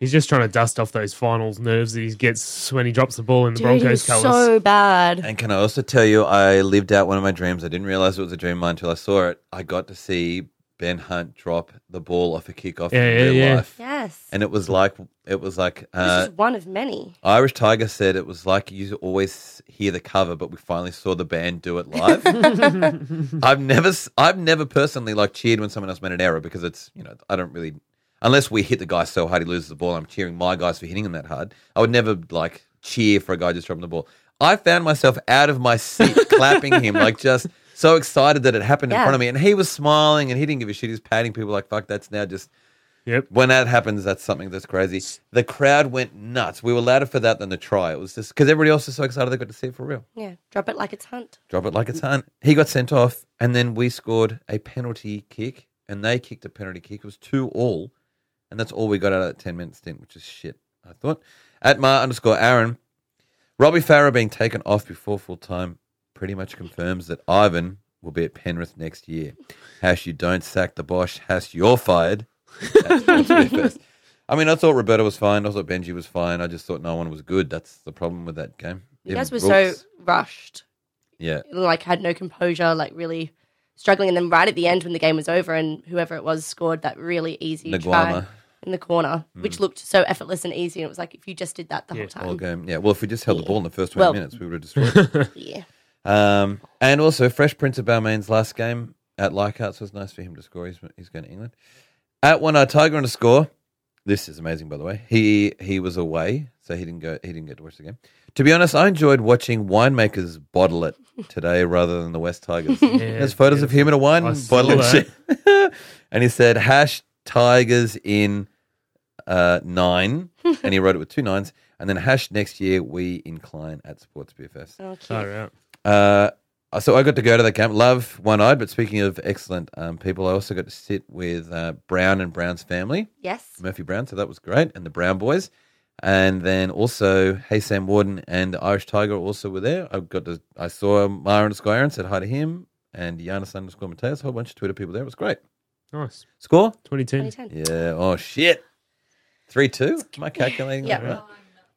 Speaker 2: He's just trying to dust off those finals nerves that he gets when he drops the ball in the
Speaker 3: Dude, he
Speaker 2: Broncos
Speaker 3: was
Speaker 2: colours.
Speaker 3: so bad.
Speaker 1: And can I also tell you, I lived out one of my dreams. I didn't realize it was a dream of mine until I saw it. I got to see Ben Hunt drop the ball off a kickoff
Speaker 2: Yeah,
Speaker 1: in
Speaker 2: yeah,
Speaker 1: real
Speaker 2: yeah.
Speaker 1: life,
Speaker 3: Yes.
Speaker 1: and it was like it was like uh,
Speaker 3: this is one of many.
Speaker 1: Irish Tiger said it was like you always hear the cover, but we finally saw the band do it live. I've never, s- I've never personally like cheered when someone else made an error because it's you know I don't really unless we hit the guy so hard he loses the ball. I'm cheering my guys for hitting him that hard. I would never like cheer for a guy just dropping the ball. I found myself out of my seat clapping him like just so excited that it happened in
Speaker 3: Yeah.
Speaker 1: front of me, and he was smiling and he didn't give a shit. He was patting people like fuck. That's now just
Speaker 2: Yep.
Speaker 1: when that happens, that's something that's crazy. The crowd went nuts. We were louder for that than the try. It was just because everybody else was so excited they got to see it for real.
Speaker 3: Yeah. Drop it like it's Hunt.
Speaker 1: Drop it like it's hunt. He got sent off, and then we scored a penalty kick, and they kicked a penalty kick. It was two all, and that's all we got out of that ten minute stint, which is shit. I thought at Mar underscore Aaron, Robbie Farah being taken off before full time pretty much confirms that Ivan will be at Penrith next year. Hash you don't sack the Bosch. Hash you're fired. That's- that's me first. I mean, I thought Roberta was fine. I thought Benji was fine. I just thought no one was good. That's the problem with that game.
Speaker 3: You guys were
Speaker 1: Even
Speaker 3: so
Speaker 1: Brooks.
Speaker 3: rushed,
Speaker 1: yeah.
Speaker 3: like had no composure, like really struggling. And then right at the end when the game was over and whoever it was scored that really easy
Speaker 1: Naguama.
Speaker 3: try in the corner,
Speaker 1: Mm.
Speaker 3: which looked so effortless and easy. And it was like if you just did that the
Speaker 2: Yeah,
Speaker 3: whole
Speaker 1: All
Speaker 3: time.
Speaker 1: game. Yeah. Well, if we just held the ball in the first 20
Speaker 3: Well-
Speaker 1: minutes, we would have destroyed it.
Speaker 3: Yeah.
Speaker 1: um, and also, Fresh Prince of Balmain's last game at Leichhardt, so it's nice for him to score. He's, he's going to England. At one, our Tiger on a score. This is amazing, by the way. He he was away, so he didn't go. He didn't get to watch the game. To be honest, I enjoyed watching winemakers bottle it today rather than the West Tigers. There's photos of him in a wine
Speaker 2: I saw
Speaker 1: bottle, and, shit. and he said hash Tigers in uh, nine, and he wrote it with two nines, and then hash next year we incline at Sports BFS.
Speaker 3: Oh, cute.
Speaker 2: Oh, right.
Speaker 1: Uh, so I got to go to that camp. Love one eyed, but speaking of excellent um, people, I also got to sit with uh, Brown and Brown's family,
Speaker 3: Yes.
Speaker 1: Murphy Brown. So that was great, and the Brown boys, and then also Hey Sam Warden and the Irish Tiger also were there. I got to I saw Mara underscore Aaron, said hi to him, and Giannis underscore Mateus. A whole bunch of Twitter people there. It was great.
Speaker 2: Nice.
Speaker 1: Score?
Speaker 2: 2010.
Speaker 3: 2010.
Speaker 1: Yeah. Oh shit. Three two. Am I calculating?
Speaker 3: Yeah.
Speaker 1: that right?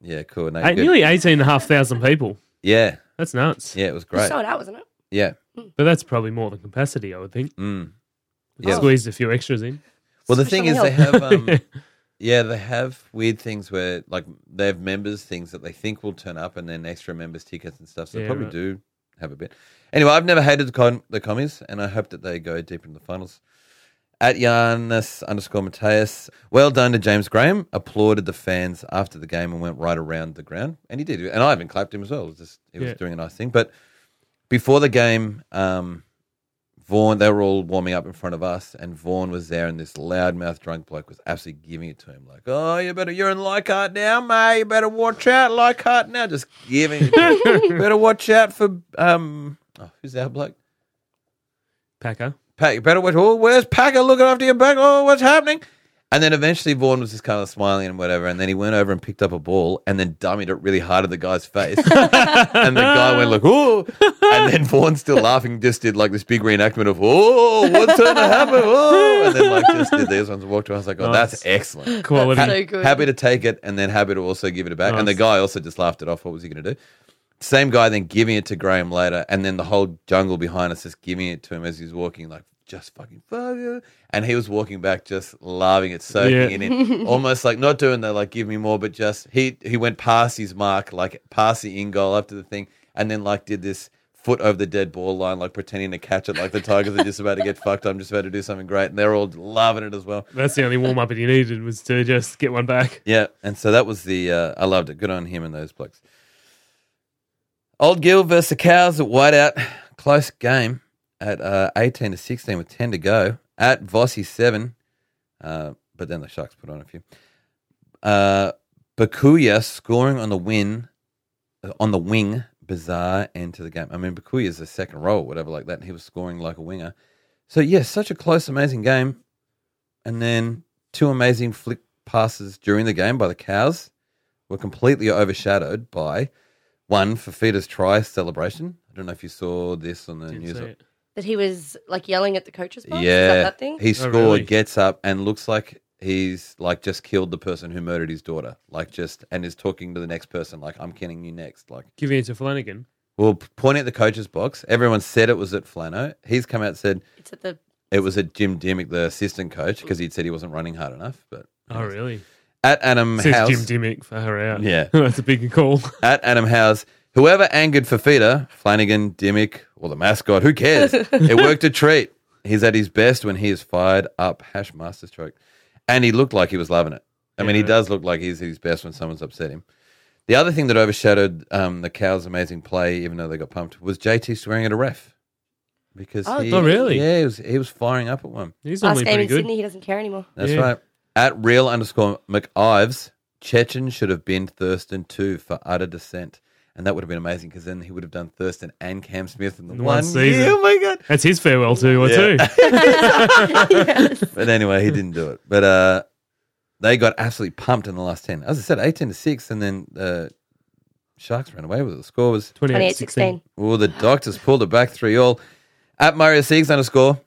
Speaker 1: Yeah. Cool. No,
Speaker 2: Eight,
Speaker 1: good.
Speaker 2: nearly 18,500 people.
Speaker 1: Yeah.
Speaker 2: That's nuts.
Speaker 1: Yeah. It was
Speaker 3: It was
Speaker 1: great.
Speaker 3: sold out, wasn't it?
Speaker 1: Yeah.
Speaker 2: But that's probably more than capacity, I would think.
Speaker 1: Mm.
Speaker 2: We Squeezed a few extras in.
Speaker 1: Well, the
Speaker 3: Special
Speaker 1: thing is, they
Speaker 3: meal.
Speaker 1: have, um, yeah, they have weird things where, like, they have members things that they think will turn up, and then extra members tickets and stuff. So they
Speaker 2: Yeah,
Speaker 1: probably
Speaker 2: right.
Speaker 1: do have a bit. Anyway, I've never hated the con- the commies, and I hope that they go deep into the finals. At Giannis underscore Mateus, well done to James Graham. Applauded the fans after the game and went right around the ground, and he did. And I even clapped him as well. It was just he was
Speaker 2: Yeah.
Speaker 1: doing a nice thing. But before the game, um, Vaughn, they were all warming up in front of us, and Vaughn was there, and this loudmouth drunk bloke was absolutely giving it to him, like, "Oh, you better, you're in Leichhardt now, mate. You better watch out, Leichhardt now." Just giving, it to him. better watch out for um, oh, who's that bloke?
Speaker 2: Packer.
Speaker 1: Pat, you better watch. Oh, where's Packer looking after your back? Oh, what's happening? And then eventually Vaughn was just kind of smiling and whatever. And then he went over and picked up a ball and then dummied it really hard at the guy's face. and the guy went like, "Oh!" And then Vaughn, still laughing, just did like this big reenactment of, "Oh, what's going to happen?" Oh, and then like just did these ones, walked around. I was like, "Oh, that's excellent."
Speaker 2: Quality.
Speaker 3: That's so good.
Speaker 1: Happy to take it and then happy to also give it back. And the
Speaker 2: Nice.
Speaker 1: guy also just laughed it off. What was he going to do? Same guy then giving it to Graham later, and then the whole jungle behind us just giving it to him as he's walking, like just fucking fuck you. And he was walking back, just laughing it, soaking
Speaker 2: Yeah.
Speaker 1: it in, almost like not doing the like give me more, but just he he went past his mark, like past the in goal after the thing, and then like did this foot over the dead ball line, like pretending to catch it, like the Tigers are just about to get fucked. I'm just about to do something great, and they're all loving it as well.
Speaker 2: That's the only warm up that you needed was to just get one back.
Speaker 1: Yeah, and so that was the uh, I loved it. Good on him and those blokes. Old Gill versus the Cows at Whiteout, close game at uh, eighteen to sixteen with ten to go at Vossi seven, uh, but then the Sharks put on a few. Uh, Bakuya scoring on the win, uh, on the wing, bizarre end to the game. I mean, Bakuya's a second row, or whatever like that. And he was scoring like a winger. So yeah, such a close, amazing game and then two amazing flick passes during the game by the cows were completely overshadowed by one Fafita's try celebration. I don't know if you saw this on the
Speaker 2: Didn't
Speaker 1: news.
Speaker 2: see it.
Speaker 3: That he was like yelling at the coach's box. Oh, Is
Speaker 1: Yeah,
Speaker 3: that that thing?
Speaker 1: he scored,
Speaker 2: really?
Speaker 1: gets up, and looks like he's like just killed the person who murdered his daughter, like just and is talking to the next person, like I'm killing you next, like
Speaker 2: Giving it to Flanagan.
Speaker 1: well, p- point at the coach's box. Everyone said it was at Flano. He's come out and said
Speaker 3: It's at the
Speaker 1: it was at Jim Dimmick, the assistant coach, because he'd said he wasn't running hard enough. But
Speaker 2: Oh, really?
Speaker 1: at Adam
Speaker 2: Says
Speaker 1: House,
Speaker 2: Jim Dimmick for her out.
Speaker 1: Yeah.
Speaker 2: That's a big call.
Speaker 1: at Adam House, whoever angered Fafita, Flanagan, Dimmick, or the mascot, who cares? it worked a treat. He's at his best when he is fired up, hash master stroke. And he looked like he was loving it. I mean, he does look like he's at his best when someone's upset him. The other thing that overshadowed um, the Cows' amazing play, even though they got pumped, was JT swearing at a ref. Because
Speaker 3: Oh,
Speaker 1: he,
Speaker 2: Oh, really?
Speaker 1: Yeah, he was, he was firing up at one.
Speaker 2: He's
Speaker 3: last
Speaker 2: normally
Speaker 3: game
Speaker 2: pretty
Speaker 3: in
Speaker 2: good.
Speaker 3: Sydney. He doesn't care anymore.
Speaker 1: That's
Speaker 2: Yeah.
Speaker 1: right. At real underscore McIves, Chechen should have been Thurston too for utter dissent. And that would have been amazing because then he would have done Thurston and Cam Smith in the
Speaker 2: In
Speaker 1: one,
Speaker 2: one season.
Speaker 1: year. Oh my god!
Speaker 2: That's his farewell too, or
Speaker 1: Yeah.
Speaker 2: two.
Speaker 1: But anyway, he didn't do it. But uh, they got absolutely pumped in the last ten. As I said, eighteen to six, and then uh, Sharks ran away with it. The score was
Speaker 3: 28 16.
Speaker 1: Well, the doctors pulled it back three all. At Mario Siegs underscore,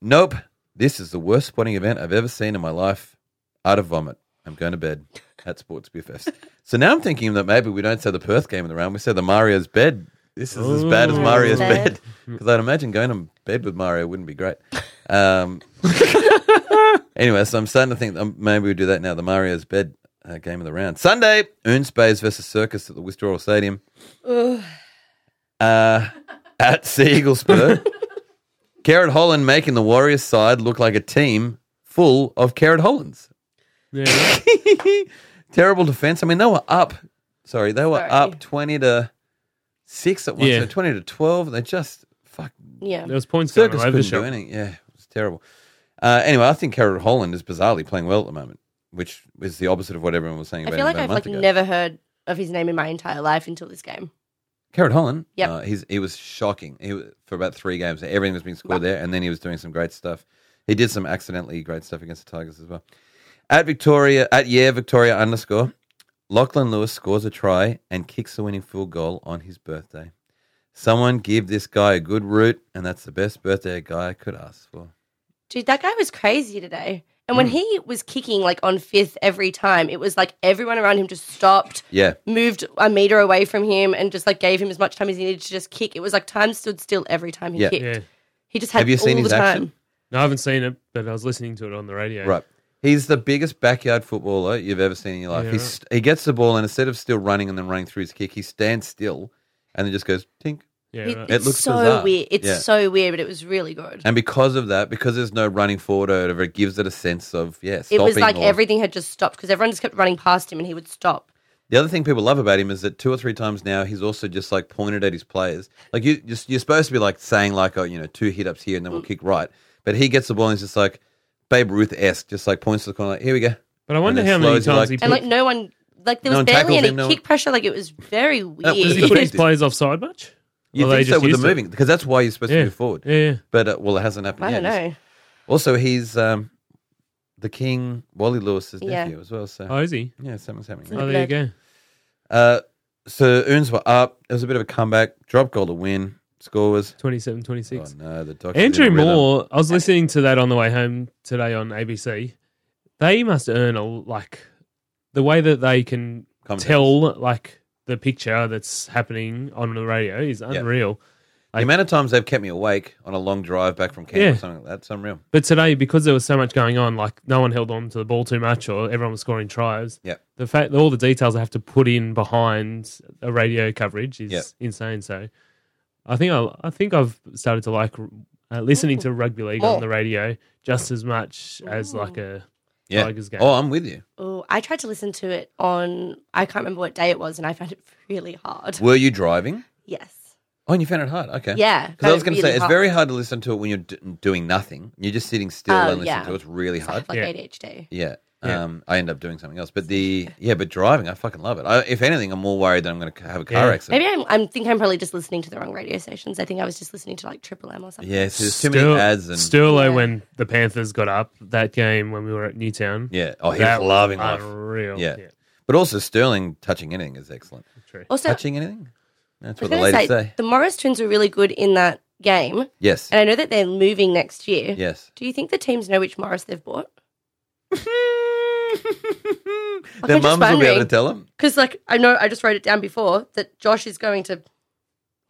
Speaker 1: nope. This is the worst sporting event I've ever seen in my life. Out of vomit. I'm going to bed at Sports BFFs. so now I'm thinking that maybe we don't say the Perth game in the round. We say the Mario's bed. This is as bad as
Speaker 2: Ooh.
Speaker 1: Mario's
Speaker 3: Bad.
Speaker 1: bed. Because I'd imagine going to bed with Mario wouldn't be great. Um, anyway, so I'm starting to think um, maybe we do that now. The Mario's bed uh, game of the round. Sunday, Earnspace versus Circus at the Withdrawal Stadium. Uh, at Sea Eagle Spur. Carrot Holland making the Warriors side look like a team full of Carrot Hollands.
Speaker 2: Yeah.
Speaker 1: Terrible defense. I mean, they were up. Sorry, they were
Speaker 3: Sorry.
Speaker 1: up 20 to 6 at once,
Speaker 2: Yeah.
Speaker 1: so 20 to 12. They just, fuck,
Speaker 3: Yeah.
Speaker 2: There was points going
Speaker 1: circus
Speaker 2: all over the
Speaker 1: couldn't do
Speaker 2: shop.
Speaker 1: anything. Yeah, it was terrible. Uh, anyway, I think Carrot Holland is bizarrely playing well at the moment, which is the opposite of what everyone was saying
Speaker 3: I
Speaker 1: about
Speaker 3: feel
Speaker 1: him
Speaker 3: like
Speaker 1: about a
Speaker 3: I've
Speaker 1: month
Speaker 3: like
Speaker 1: ago.
Speaker 3: never heard of his name in my entire life until this game.
Speaker 1: Carrot Holland.
Speaker 3: Yep.
Speaker 1: uh, he's he was shocking. He wa- for about three games, everything was being scored there, and then he was doing some great stuff. He did some accidentally great stuff against the Tigers as well. At Victoria, at yeah Victoria underscore, Lachlan Lewis scores a try and kicks the winning field goal on his birthday. Someone give this guy a good root, and that's the best birthday a guy could ask for.
Speaker 3: Dude, that guy was crazy today. And
Speaker 1: Hmm.
Speaker 3: when he was kicking like on fifth every time, it was like everyone around him just stopped,
Speaker 1: Yeah,
Speaker 3: moved a meter away from him, and just like gave him as much time as he needed to just kick. It was like time stood still every time he
Speaker 1: Yeah.
Speaker 3: kicked.
Speaker 2: Yeah.
Speaker 3: He just had
Speaker 1: Have you
Speaker 3: all
Speaker 1: seen
Speaker 3: the
Speaker 1: his
Speaker 3: time.
Speaker 1: action?
Speaker 2: No, I haven't seen it, but I was listening to it on the radio.
Speaker 1: Right. He's the biggest backyard footballer you've ever seen in your life.
Speaker 2: Yeah,
Speaker 1: He's, He gets the ball and instead of still running and then running through his kick, he stands still and then just goes tink.
Speaker 2: Yeah.
Speaker 3: It,
Speaker 2: right.
Speaker 1: It
Speaker 3: it's
Speaker 1: looks
Speaker 3: so
Speaker 1: bizarre.
Speaker 3: weird. It's
Speaker 1: Yeah.
Speaker 3: so weird, but it was really good.
Speaker 1: And because of that, because there's no running forward or whatever, it gives it a sense of yeah.
Speaker 3: It was
Speaker 1: stopping
Speaker 3: like
Speaker 1: or-
Speaker 3: everything had just stopped because everyone just kept running past him and he would stop.
Speaker 1: The other thing people love about him is that two or three times now he's also just like pointed at his players. Like you, you're, you're supposed to be like saying like oh you know two hit ups here and then
Speaker 3: Mm.
Speaker 1: we'll kick right, but he gets the ball and he's just like Babe Ruth esque, just like points to the corner like here we go.
Speaker 2: But I wonder
Speaker 1: And
Speaker 2: how
Speaker 1: then
Speaker 2: many
Speaker 1: slows you
Speaker 2: times
Speaker 1: like-
Speaker 2: he
Speaker 1: And
Speaker 2: put,
Speaker 3: And like no one, like there
Speaker 1: No
Speaker 3: was
Speaker 1: one
Speaker 3: barely
Speaker 1: tackled
Speaker 3: any
Speaker 1: him, no one-
Speaker 3: kick pressure. Like it was very
Speaker 1: was
Speaker 3: weird.
Speaker 2: does he put his
Speaker 1: Did-
Speaker 2: players offside much?
Speaker 1: You
Speaker 2: Or they
Speaker 1: think so
Speaker 2: just
Speaker 1: with the
Speaker 2: used it?
Speaker 1: moving because that's why you're supposed
Speaker 2: Yeah.
Speaker 1: to move forward.
Speaker 2: Yeah, yeah.
Speaker 1: But uh, well, it hasn't happened.
Speaker 3: I
Speaker 1: yet.
Speaker 3: don't know.
Speaker 1: Also, he's um, the King Wally Lewis's
Speaker 3: Yeah.
Speaker 1: nephew as well. So
Speaker 2: Oh, is he?
Speaker 1: yeah, something's happening.
Speaker 2: Oh, there you go.
Speaker 1: Uh, so Urns were up. It was a bit of a comeback. Drop goal to win. Score was
Speaker 2: 27
Speaker 1: oh
Speaker 2: 26.
Speaker 1: no, the Dockers
Speaker 2: Andrew
Speaker 1: in a rhythm.
Speaker 2: Moore, I was listening to that on the way home today on ABC. They must earn a, like, the way that they can
Speaker 1: Come to
Speaker 2: tell, like, the picture that's happening on the radio is unreal.
Speaker 1: The amount of times they've kept me awake on a long drive back from camp
Speaker 2: Yeah.
Speaker 1: or something like that. It's unreal.
Speaker 2: But today, because there was so much going on, like no one held on to the ball too much, or everyone was scoring tries.
Speaker 1: Yeah.
Speaker 2: the fact all the details I have to put in behind a radio coverage is
Speaker 1: Yeah.
Speaker 2: insane. So, I think I, I think I've started to like uh, listening to rugby league on the radio just as much as like a
Speaker 1: Yeah.
Speaker 2: Tigers game.
Speaker 1: Oh, I'm with you.
Speaker 3: Oh, I tried to listen to it on. I can't remember what day it was, and I found it really hard.
Speaker 1: Were you driving?
Speaker 3: Yes.
Speaker 1: Oh, and you found it hard. Okay.
Speaker 3: Yeah,
Speaker 1: Because I
Speaker 3: found
Speaker 1: was
Speaker 3: it
Speaker 1: going to
Speaker 3: really
Speaker 1: say, it's
Speaker 3: hard.
Speaker 1: very hard to listen to it when you're d- doing nothing. You're just sitting still
Speaker 3: Oh,
Speaker 1: and listening
Speaker 3: yeah.
Speaker 1: to it. It's really
Speaker 3: I
Speaker 1: hard.
Speaker 3: have like
Speaker 2: Yeah.
Speaker 3: ADHD.
Speaker 1: Yeah.
Speaker 2: Yeah.
Speaker 1: Um, I end up doing something else. But the, yeah, but driving, I fucking love it. I, if anything, I'm more worried that I'm going to have a car
Speaker 2: Yeah.
Speaker 1: accident.
Speaker 3: Maybe I'm. I think I'm probably just listening to the wrong radio stations. I think I was just listening to like Triple M or something.
Speaker 1: Yeah, so there's too many ads and.
Speaker 2: Sturlo
Speaker 3: Yeah.
Speaker 2: when the Panthers got up that game when we were at Newtown.
Speaker 1: yeah. Oh, he was
Speaker 2: that
Speaker 1: loving life.
Speaker 2: unreal.
Speaker 1: Yeah. But also, Sterling touching anything is excellent.
Speaker 2: true.
Speaker 3: Also, I
Speaker 1: touching anything? That's
Speaker 3: was
Speaker 1: what the
Speaker 3: going to
Speaker 1: ladies
Speaker 3: say,
Speaker 1: say.
Speaker 3: the Morris twins were really good in that game, and
Speaker 1: Yes.
Speaker 3: I know that they're moving next year.
Speaker 1: Yes.
Speaker 3: Do you think the teams know which Morris they've bought?
Speaker 1: Their
Speaker 3: I'm just
Speaker 1: mums will be able to
Speaker 3: wondering.
Speaker 1: tell them.
Speaker 3: Because, like, I know I just wrote it down before that Josh is going to.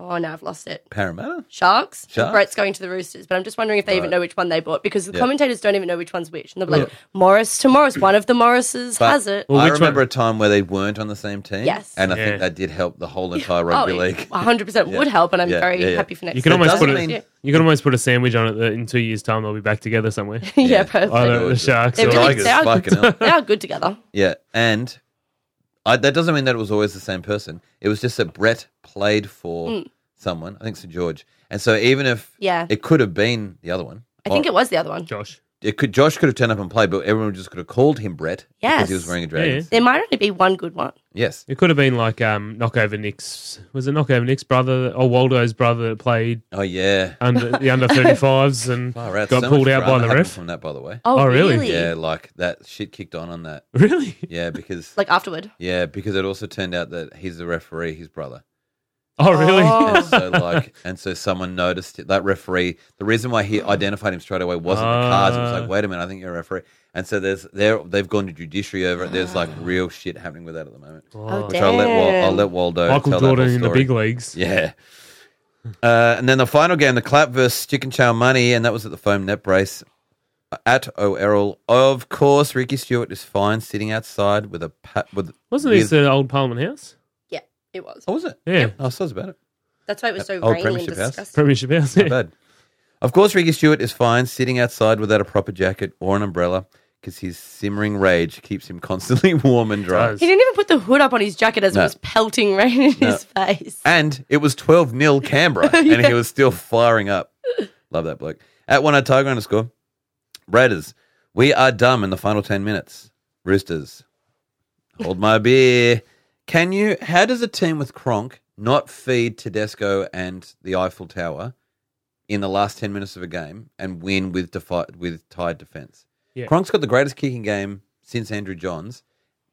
Speaker 3: Oh, no, I've lost it.
Speaker 1: Parramatta?
Speaker 3: Sharks. and
Speaker 1: Sharks?
Speaker 3: Brett's going to the Roosters, but I'm just wondering if they even know which one they bought because the
Speaker 1: Yeah.
Speaker 3: commentators don't even know which one's which. And they'll be like, Morris to Morris. One of the Morrises
Speaker 1: But
Speaker 3: has it.
Speaker 2: Well,
Speaker 1: I
Speaker 2: which
Speaker 1: remember
Speaker 2: one?
Speaker 1: a time where they weren't on the same team.
Speaker 3: Yes.
Speaker 1: And I
Speaker 2: Yeah.
Speaker 1: think that did help the whole entire
Speaker 3: Oh,
Speaker 1: rugby league.
Speaker 3: 100% would help, and I'm
Speaker 1: Yeah,
Speaker 3: very
Speaker 1: yeah, yeah.
Speaker 3: happy for next
Speaker 2: You can
Speaker 1: It
Speaker 3: year.
Speaker 2: almost
Speaker 1: doesn't
Speaker 2: put it.
Speaker 1: mean-
Speaker 2: You can almost put a sandwich on it that in two years' time they'll be back together somewhere.
Speaker 3: yeah, perfect.
Speaker 2: I don't know, the Sharks.
Speaker 3: They're
Speaker 2: or-
Speaker 3: really-
Speaker 1: Tigers,
Speaker 3: they are-
Speaker 1: fucking hell.
Speaker 3: They are good together.
Speaker 1: Yeah, and I, that doesn't mean that it was always the same person. It was just that Brett played for someone. I think St George, and so even if
Speaker 3: Mm. Yeah.
Speaker 1: it could have been the other one.
Speaker 3: I think it was the other one.
Speaker 2: Josh.
Speaker 1: It could Josh could have turned up and played, but everyone just could have called him Brett because he was
Speaker 3: Yes.
Speaker 1: wearing a dragon.
Speaker 3: There might only be one good one.
Speaker 1: Yes,
Speaker 2: It could have been like um, knockover Nick's. Was it knockover Nick's brother or Waldo's brother that played
Speaker 1: oh yeah.
Speaker 2: under the under thirty fives and
Speaker 1: Far out.
Speaker 2: got
Speaker 1: So much
Speaker 2: pulled out by
Speaker 1: drama
Speaker 2: the
Speaker 1: happened
Speaker 2: ref?
Speaker 1: from that, by the way.
Speaker 3: Oh,
Speaker 2: Oh, really?
Speaker 1: Yeah, like that shit kicked on on that.
Speaker 2: Really?
Speaker 1: Yeah, because
Speaker 3: Like afterward.
Speaker 1: yeah, because it also turned out that he's the referee, his brother.
Speaker 2: Oh, really?
Speaker 1: And so like, and so someone noticed it, that referee. The reason why he identified him straight away wasn't the cars. It was
Speaker 2: Ah.
Speaker 1: like, wait a minute, I think you're a referee. And so there's there they've gone to judiciary over it. There's like real shit happening with that at the moment.
Speaker 3: Ah. Oh,
Speaker 1: Which I'll let Wal- I'll let Waldo
Speaker 2: Michael
Speaker 1: tell that whole
Speaker 2: Jordan in the
Speaker 1: story.
Speaker 2: big leagues.
Speaker 1: Yeah. Uh, and then the final game, the clap versus chicken chow money, and that was at the foam net brace at O'Errol. Of course, Ricky Stewart is fine sitting outside with a pat with
Speaker 2: Wasn't
Speaker 1: with,
Speaker 2: this the old Parliament House?
Speaker 3: Yeah, it was.
Speaker 1: Oh, was it?
Speaker 2: Yeah.
Speaker 1: Oh, so it's about it.
Speaker 3: That's why it was so
Speaker 1: Oh,
Speaker 3: rainy and
Speaker 1: Premiership House.
Speaker 3: disgusting.
Speaker 2: Premiership House.
Speaker 1: Not bad. Of course, Ricky Stewart is fine sitting outside without a proper jacket or an umbrella because his simmering rage keeps him constantly warm and dry.
Speaker 2: Does.
Speaker 3: He didn't even put the hood up on his jacket as
Speaker 1: No.
Speaker 3: it was pelting rain in his face.
Speaker 1: And it was 12 0 Canberra, and he was still firing up. Love that bloke. At one Otago underscore, Raiders, we are dumb in the final 10 minutes. Roosters, hold my beer. Can you, how does a team with Kronk not feed Tedesco and the Eiffel Tower in the last 10 minutes of a game and win with defi- with tied defense?
Speaker 2: Yeah.
Speaker 1: Kronk's got the greatest kicking game since Andrew Johns.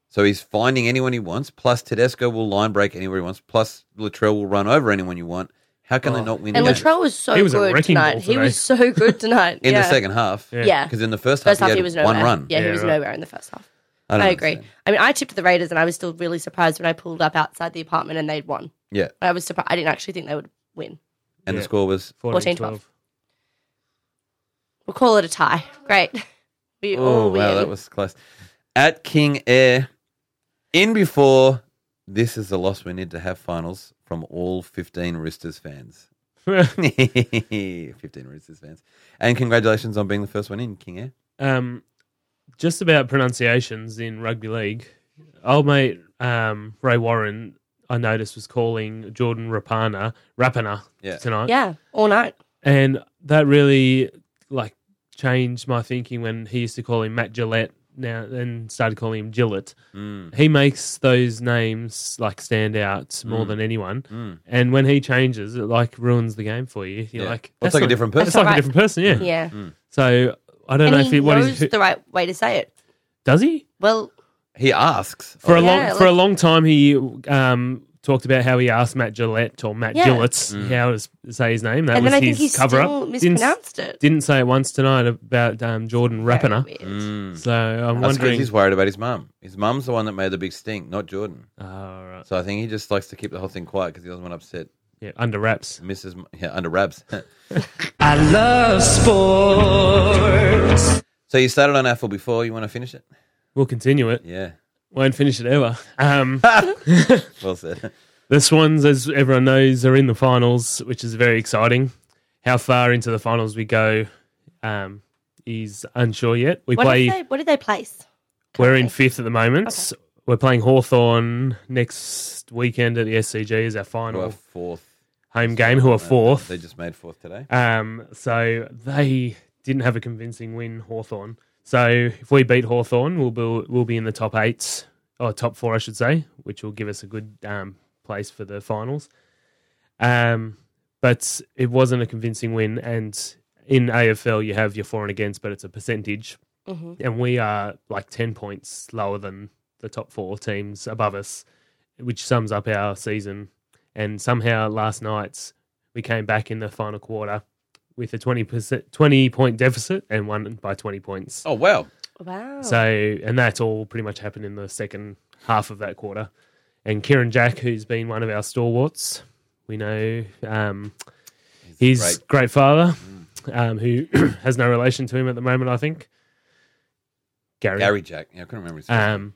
Speaker 1: So he's finding anyone he wants. Plus Tedesco will line break anywhere he wants. Plus Latrell will run over anyone you want. How
Speaker 2: Oh.
Speaker 1: can they not win
Speaker 3: And
Speaker 1: the-
Speaker 3: Latrell was so
Speaker 2: He was a
Speaker 3: good
Speaker 2: wrecking ball
Speaker 3: tonight. He
Speaker 2: today.
Speaker 3: was so good tonight.
Speaker 1: in
Speaker 3: yeah.
Speaker 1: the second half?
Speaker 2: Yeah.
Speaker 3: Yeah.
Speaker 1: Because in the first,
Speaker 3: First half,
Speaker 1: half,
Speaker 3: he
Speaker 1: had
Speaker 3: was nowhere.
Speaker 1: one run.
Speaker 3: Yeah,
Speaker 2: Yeah,
Speaker 3: he was
Speaker 2: right.
Speaker 3: nowhere in the first half.
Speaker 1: don't
Speaker 3: I, agree.
Speaker 1: understand.
Speaker 3: I mean, I tipped the Raiders, and I was still really surprised when I pulled up outside the apartment and they'd won.
Speaker 1: Yeah.
Speaker 3: I was surprised. I didn't actually think they would win.
Speaker 1: And
Speaker 2: Yeah.
Speaker 1: the score was
Speaker 2: 14,
Speaker 3: 14,
Speaker 2: 12.
Speaker 3: We'll call it a tie. Great. We
Speaker 1: Oh,
Speaker 3: all win.
Speaker 1: wow, that was close. At King Air, in before, this is the loss we need to have finals from all 15 Roosters fans. 15 Roosters fans. And congratulations on being the first one in, King Air.
Speaker 2: um, just about pronunciations in rugby league. Old mate um, Ray Warren, I noticed, was calling Jordan Rapana Rapana
Speaker 1: Yeah.
Speaker 2: tonight.
Speaker 3: Yeah, all night.
Speaker 2: and that really like changed my thinking when he used to call him Matt Gillette now and started calling him Gillett.
Speaker 1: Mm.
Speaker 2: He makes those names like stand out more
Speaker 1: Mm.
Speaker 2: than anyone. And when he changes, it like ruins the game for you. You're
Speaker 1: Yeah.
Speaker 2: like,
Speaker 1: Well, it's
Speaker 2: "That's
Speaker 1: like a
Speaker 2: not-
Speaker 1: different
Speaker 2: It's
Speaker 1: person."
Speaker 2: like a
Speaker 3: Right.
Speaker 2: different person,
Speaker 1: Hmm.
Speaker 2: yeah.
Speaker 3: Yeah.
Speaker 2: So I don't
Speaker 3: And
Speaker 2: know
Speaker 3: he
Speaker 2: if he what
Speaker 3: knows
Speaker 2: is, who-
Speaker 3: the right way to say it.
Speaker 2: does he
Speaker 3: Well,
Speaker 1: He asks.
Speaker 2: for a
Speaker 3: Oh, Yeah,
Speaker 2: long
Speaker 3: like-
Speaker 2: for a long time he um. Talked about how he asked Matt Gillette or Matt
Speaker 3: Yeah.
Speaker 2: Gillett
Speaker 1: Mm.
Speaker 2: how to s- say his name. That
Speaker 3: and
Speaker 2: was
Speaker 3: then I
Speaker 2: his
Speaker 3: think he
Speaker 2: cover
Speaker 3: still
Speaker 2: up. Didn't s-
Speaker 3: mispronounced it.
Speaker 2: didn't say it once tonight about um, Jordan Rapiner.
Speaker 3: Weird.
Speaker 1: Hmm.
Speaker 2: So I'm
Speaker 1: Mm. That's because
Speaker 2: wondering.
Speaker 1: Oh, he's worried about his mum. His mum's the one that made the big stink, not Jordan.
Speaker 2: Oh, right.
Speaker 1: So I think he just likes to keep the whole thing quiet because he doesn't want to upset
Speaker 2: Yeah, under wraps.
Speaker 1: Mrs. M- yeah, under wraps.
Speaker 7: I love sports.
Speaker 1: so you started on Apple before. You want to finish it?
Speaker 2: We'll continue it.
Speaker 1: Yeah.
Speaker 2: Won't finish it ever. Um,
Speaker 1: Well said.
Speaker 2: the Swans, as everyone knows, are in the finals, which is very exciting. How far into the finals we go um, is unsure yet. We
Speaker 3: What,
Speaker 2: play.
Speaker 3: did they, what did they place?
Speaker 2: We're in fifth at the moment. We're playing Hawthorn next weekend at the SCG is our
Speaker 1: Who
Speaker 2: final
Speaker 1: are fourth? Uh,
Speaker 2: home game. Who are fourth?
Speaker 1: They just made fourth today.
Speaker 2: Um, so they didn't have a convincing win, Hawthorn. So if we beat Hawthorn, we'll be, we'll be in the top eight, or top four, I should say, which will give us a good um, place for the finals. Um, but it wasn't a convincing win. And in AFL, you have your for and against, but it's a percentage. And we are like 10 points lower than the top four teams above us, which sums up our season. And somehow last night's we came back in the final quarter with a 20%, 20 point deficit and won by 20 points.
Speaker 1: Oh wow!
Speaker 3: Wow.
Speaker 2: So, and that's all pretty much happened in the second half of that quarter. And Kieran Jack, who's been one of our stalwarts, we know um, his
Speaker 1: great.
Speaker 2: great. father, um, who has no relation to him at the moment, I think. Gary.
Speaker 1: Gary Jack. Yeah, I couldn't remember his name.
Speaker 2: Um,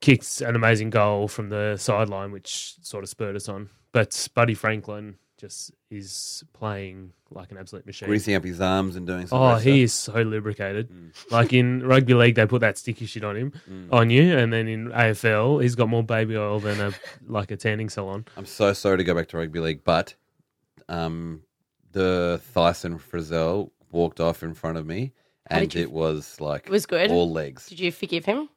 Speaker 2: kicks an amazing goal from the sideline, which sort of spurred us on. But Buddy Franklin just is playing like an absolute machine.
Speaker 1: Greasing up his arms and doing some
Speaker 2: Oh,
Speaker 1: great stuff.
Speaker 2: he is so lubricated. Like in rugby league, they put that sticky shit on him, on you, and then in AFL, he's got more baby oil than a like a tanning salon.
Speaker 1: I'm so sorry to go back to rugby league, but um, the Thyssen Frizzell walked off in front of me,
Speaker 3: How
Speaker 1: and
Speaker 3: did you-
Speaker 1: it was like
Speaker 3: It was good?
Speaker 1: all legs.
Speaker 3: Did you forgive him?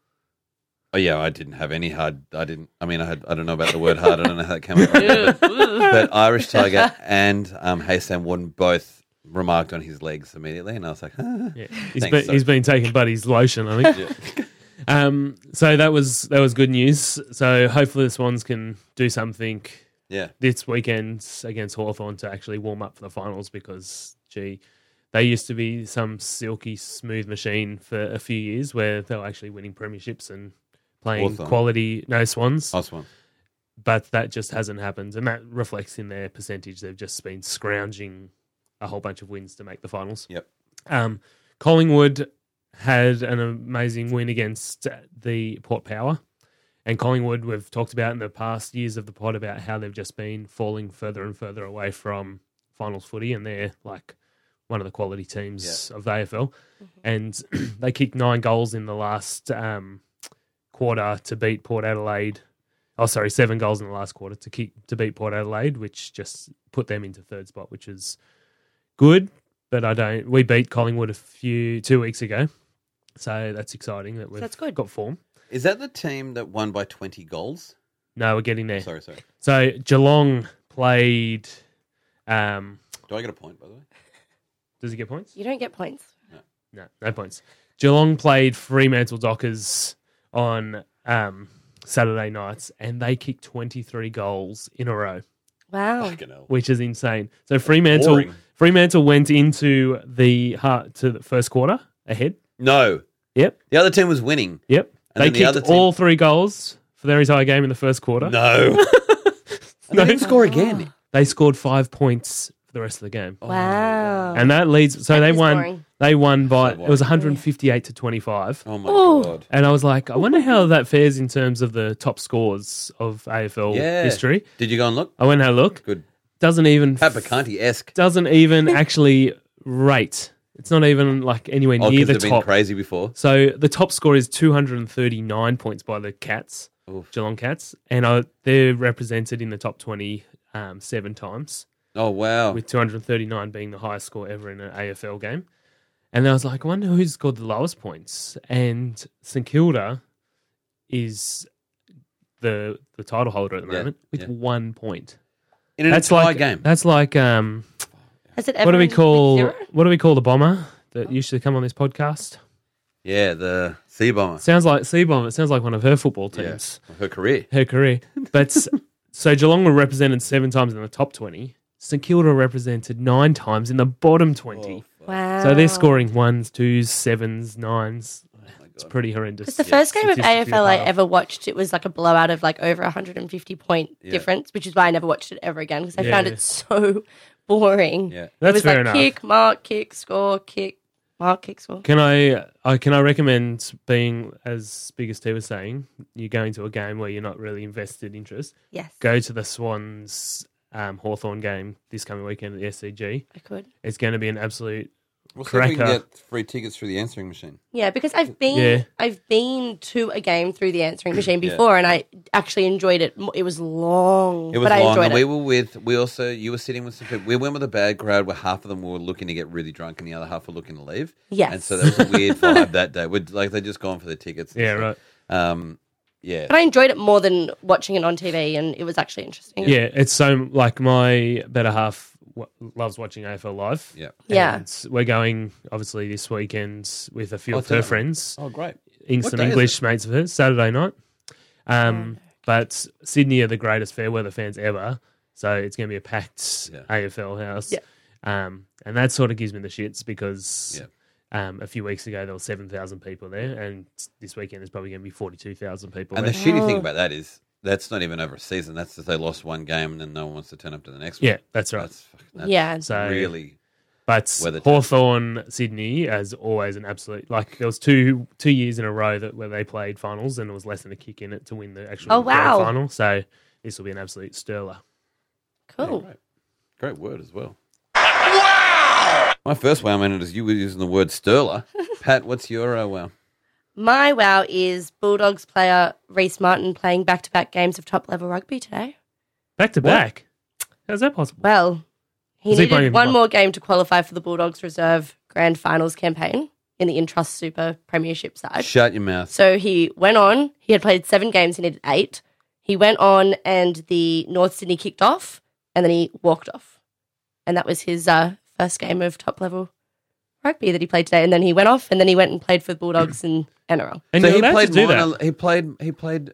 Speaker 1: Oh yeah, I didn't have any hard. I didn't. I mean, I had. I don't know about the word hard. I don't know how that came up. But, but Irish Tiger and um, Hey Sam Warden both remarked on his legs immediately, and I was like, huh.
Speaker 2: Yeah, he's
Speaker 1: Thanks,
Speaker 2: been, he's been taking Buddy's lotion, I think. Um, so that was that was good news. So hopefully the Swans can do something
Speaker 1: yeah.
Speaker 2: this weekend against Hawthorn to actually warm up for the finals because, gee, they used to be some silky smooth machine for a few years where they were actually winning premierships and playing
Speaker 1: Hawthorn.
Speaker 2: quality no swans,
Speaker 1: Oswan.
Speaker 2: but that just hasn't happened, and that reflects in their percentage. They've just been scrounging a whole bunch of wins to make the finals.
Speaker 1: Yep.
Speaker 2: Um, Collingwood had an amazing win against the Port Power. And Collingwood, we've talked about in the past years of the pod about how they've just been falling further and further away from finals footy, and they're like one of the quality teams of the AFL.
Speaker 3: Mm-hmm.
Speaker 2: And they kicked nine goals in the last um, quarter to beat Port Adelaide. Oh, sorry, seven goals in the last quarter to keep to beat Port Adelaide, which just put them into third spot, which is good. But I don't. We beat Collingwood a few two weeks ago, so that's exciting that we've
Speaker 3: that's good.
Speaker 2: got form.
Speaker 1: Is that the team that won by 20 goals?
Speaker 2: No, we're getting there.
Speaker 1: Sorry, sorry.
Speaker 2: So Geelong played. Um,
Speaker 1: Do I get a point, by the way?
Speaker 2: does he get points?
Speaker 3: You don't get points.
Speaker 2: No, no points. Geelong played Fremantle Dockers on um, Saturday nights, and they kicked twenty three goals in a row,
Speaker 3: Wow.
Speaker 1: Fucking hell.
Speaker 2: which is insane. So Fremantle
Speaker 1: Boring.
Speaker 2: Fremantle went into the heart to the first quarter ahead.
Speaker 1: No.
Speaker 2: Yep,
Speaker 1: The other team was winning.
Speaker 2: yep.
Speaker 1: And
Speaker 2: they
Speaker 1: then the
Speaker 2: kicked
Speaker 1: other team-
Speaker 2: all three goals for their entire game in the first quarter.
Speaker 1: No. And they didn't score again.
Speaker 2: They scored five points for the rest of the game.
Speaker 3: Oh Wow.
Speaker 2: and that leads. So
Speaker 3: That
Speaker 2: they
Speaker 3: is
Speaker 2: won.
Speaker 3: boring.
Speaker 2: They won by
Speaker 1: So
Speaker 2: it was 158 to 25.
Speaker 1: Oh my
Speaker 3: Oh.
Speaker 1: god.
Speaker 2: And I was like, I wonder how that fares in terms of the top scores of AFL
Speaker 1: Yeah.
Speaker 2: history.
Speaker 1: Did you go and look?
Speaker 2: I went and had a look.
Speaker 1: Good.
Speaker 2: Doesn't even
Speaker 1: Pat Bacanti esque.
Speaker 2: doesn't even actually rate. It's not even like anywhere
Speaker 1: Oh,
Speaker 2: near
Speaker 1: because
Speaker 2: the
Speaker 1: they've been
Speaker 2: top.
Speaker 1: crazy before.
Speaker 2: So the top score is 239 points by the Cats,
Speaker 1: Oof.
Speaker 2: Geelong Cats, and I, they're represented in the top 20 um, seven times.
Speaker 1: Oh wow.
Speaker 2: with 239 being the highest score ever in an AFL game. And I was like, I wonder who's scored the lowest points. And St Kilda is the the title holder at the
Speaker 1: Yeah,
Speaker 2: moment with
Speaker 1: yeah.
Speaker 2: one point.
Speaker 1: In an
Speaker 2: that's
Speaker 1: entire
Speaker 2: like
Speaker 1: game.
Speaker 2: That's like um,
Speaker 3: Has it ever
Speaker 2: what do we
Speaker 3: ended with
Speaker 2: call
Speaker 3: zero?
Speaker 2: what do we call the bomber that used to come on this podcast?
Speaker 1: Yeah, the Sea Bomber.
Speaker 2: Sounds like Sea Bomb. It sounds like one of her football
Speaker 1: Yeah.
Speaker 2: teams.
Speaker 1: Her career.
Speaker 2: her career. But s- so Geelong were represented seven times in the top 20. St Kilda represented nine times in the bottom 20.
Speaker 3: Wow.
Speaker 2: so they're scoring ones, twos, sevens, nines.
Speaker 1: Oh
Speaker 2: It's pretty horrendous.
Speaker 3: It's the first game of
Speaker 2: Statistically
Speaker 3: AFL I
Speaker 2: hard.
Speaker 3: ever watched. It was like a blowout of like over 150 point difference, which is why I never watched it ever again because I found
Speaker 2: Yeah.
Speaker 3: it so boring.
Speaker 1: Yeah.
Speaker 3: It
Speaker 2: That's
Speaker 3: was
Speaker 2: fair
Speaker 3: like
Speaker 2: enough.
Speaker 3: kick, mark, kick, score, kick, mark, kick, score.
Speaker 2: Can I, I can I recommend being as big as T was saying? You're going to a game where you're not really invested interest.
Speaker 3: Yes,
Speaker 2: Go to the Swans um, Hawthorn game this coming weekend at the SCG.
Speaker 3: I could.
Speaker 2: It's going to be an absolute
Speaker 1: We'll see if we can
Speaker 2: Cracker.
Speaker 1: get free tickets through the answering machine.
Speaker 3: Yeah, because I've been
Speaker 2: Yeah.
Speaker 3: I've been to a game through the answering machine before, and I actually enjoyed it. mo- It was long,
Speaker 1: It was
Speaker 3: but
Speaker 1: long,
Speaker 3: I
Speaker 1: and
Speaker 3: enjoyed
Speaker 1: we
Speaker 3: it.
Speaker 1: were with. We also you were sitting with some people. We went with a bad crowd where half of them were looking to get really drunk and the other half were looking to leave.
Speaker 3: Yes.
Speaker 1: and so that was a weird vibe that day. We'd, like they just gone for the tickets. and
Speaker 2: yeah
Speaker 1: stuff.
Speaker 2: right.
Speaker 1: Um, yeah,
Speaker 3: But I enjoyed it more than watching it on TV, and it was actually interesting.
Speaker 2: Yeah, it's so like my better half w- loves watching AFL live.
Speaker 1: yeah.
Speaker 3: Yeah.
Speaker 2: And we're going obviously this weekend with a few
Speaker 1: Oh,
Speaker 2: of her
Speaker 1: tonight.
Speaker 2: friends
Speaker 1: Oh, great.
Speaker 2: in
Speaker 1: What
Speaker 2: some
Speaker 1: day is
Speaker 2: English mates of hers Saturday night. Um, but Sydney are the greatest fair weather fans ever, so it's going to be a packed
Speaker 1: Yeah.
Speaker 2: AFL house.
Speaker 3: Yeah.
Speaker 2: Um, and that sort of gives me the shits because
Speaker 1: Yeah.
Speaker 2: Um, a few weeks ago, there were 7,000 people there, and this weekend there's probably going to be 42,000 people
Speaker 1: And
Speaker 2: there.
Speaker 1: the shitty
Speaker 3: Oh.
Speaker 1: thing about that is that's not even over a season. That's just they lost one game and then no one wants to turn up to the next one.
Speaker 2: yeah, that's right.
Speaker 1: That's, fuck- that's
Speaker 3: Yeah.
Speaker 2: So-
Speaker 1: really.
Speaker 2: But
Speaker 1: Weather test.
Speaker 2: Hawthorn Sydney, as always, an absolute like there was two two years in a row that where they played finals and it was less than a kick in it to win the actual
Speaker 3: Oh, wow.
Speaker 2: grand final. So this will be an absolute stirler.
Speaker 3: Cool.
Speaker 1: Great. Great word as well. Wow! My first wow minute is you were using the word stirler. Pat, what's your uh, wow?
Speaker 3: My wow is Bulldogs player Reese Martin playing back to back games of top level rugby today.
Speaker 2: Back to back. How's that possible?
Speaker 3: Well, he
Speaker 2: Was he
Speaker 3: needed
Speaker 2: playing-
Speaker 3: one more game to qualify for the Bulldogs reserve grand finals campaign in the Intrust Super Premiership side.
Speaker 1: Shut your mouth.
Speaker 3: So he went on. He had played seven games. He needed eight. He went on, and the North Sydney kicked off, and then he walked off, and that was his uh, first game of top level rugby that he played today. And then he went off, and then he went and played for the Bulldogs in NRL
Speaker 2: And
Speaker 1: so
Speaker 2: you're
Speaker 1: he
Speaker 2: allowed
Speaker 1: played,
Speaker 2: to do
Speaker 1: minor-
Speaker 2: that.
Speaker 1: he played. He played.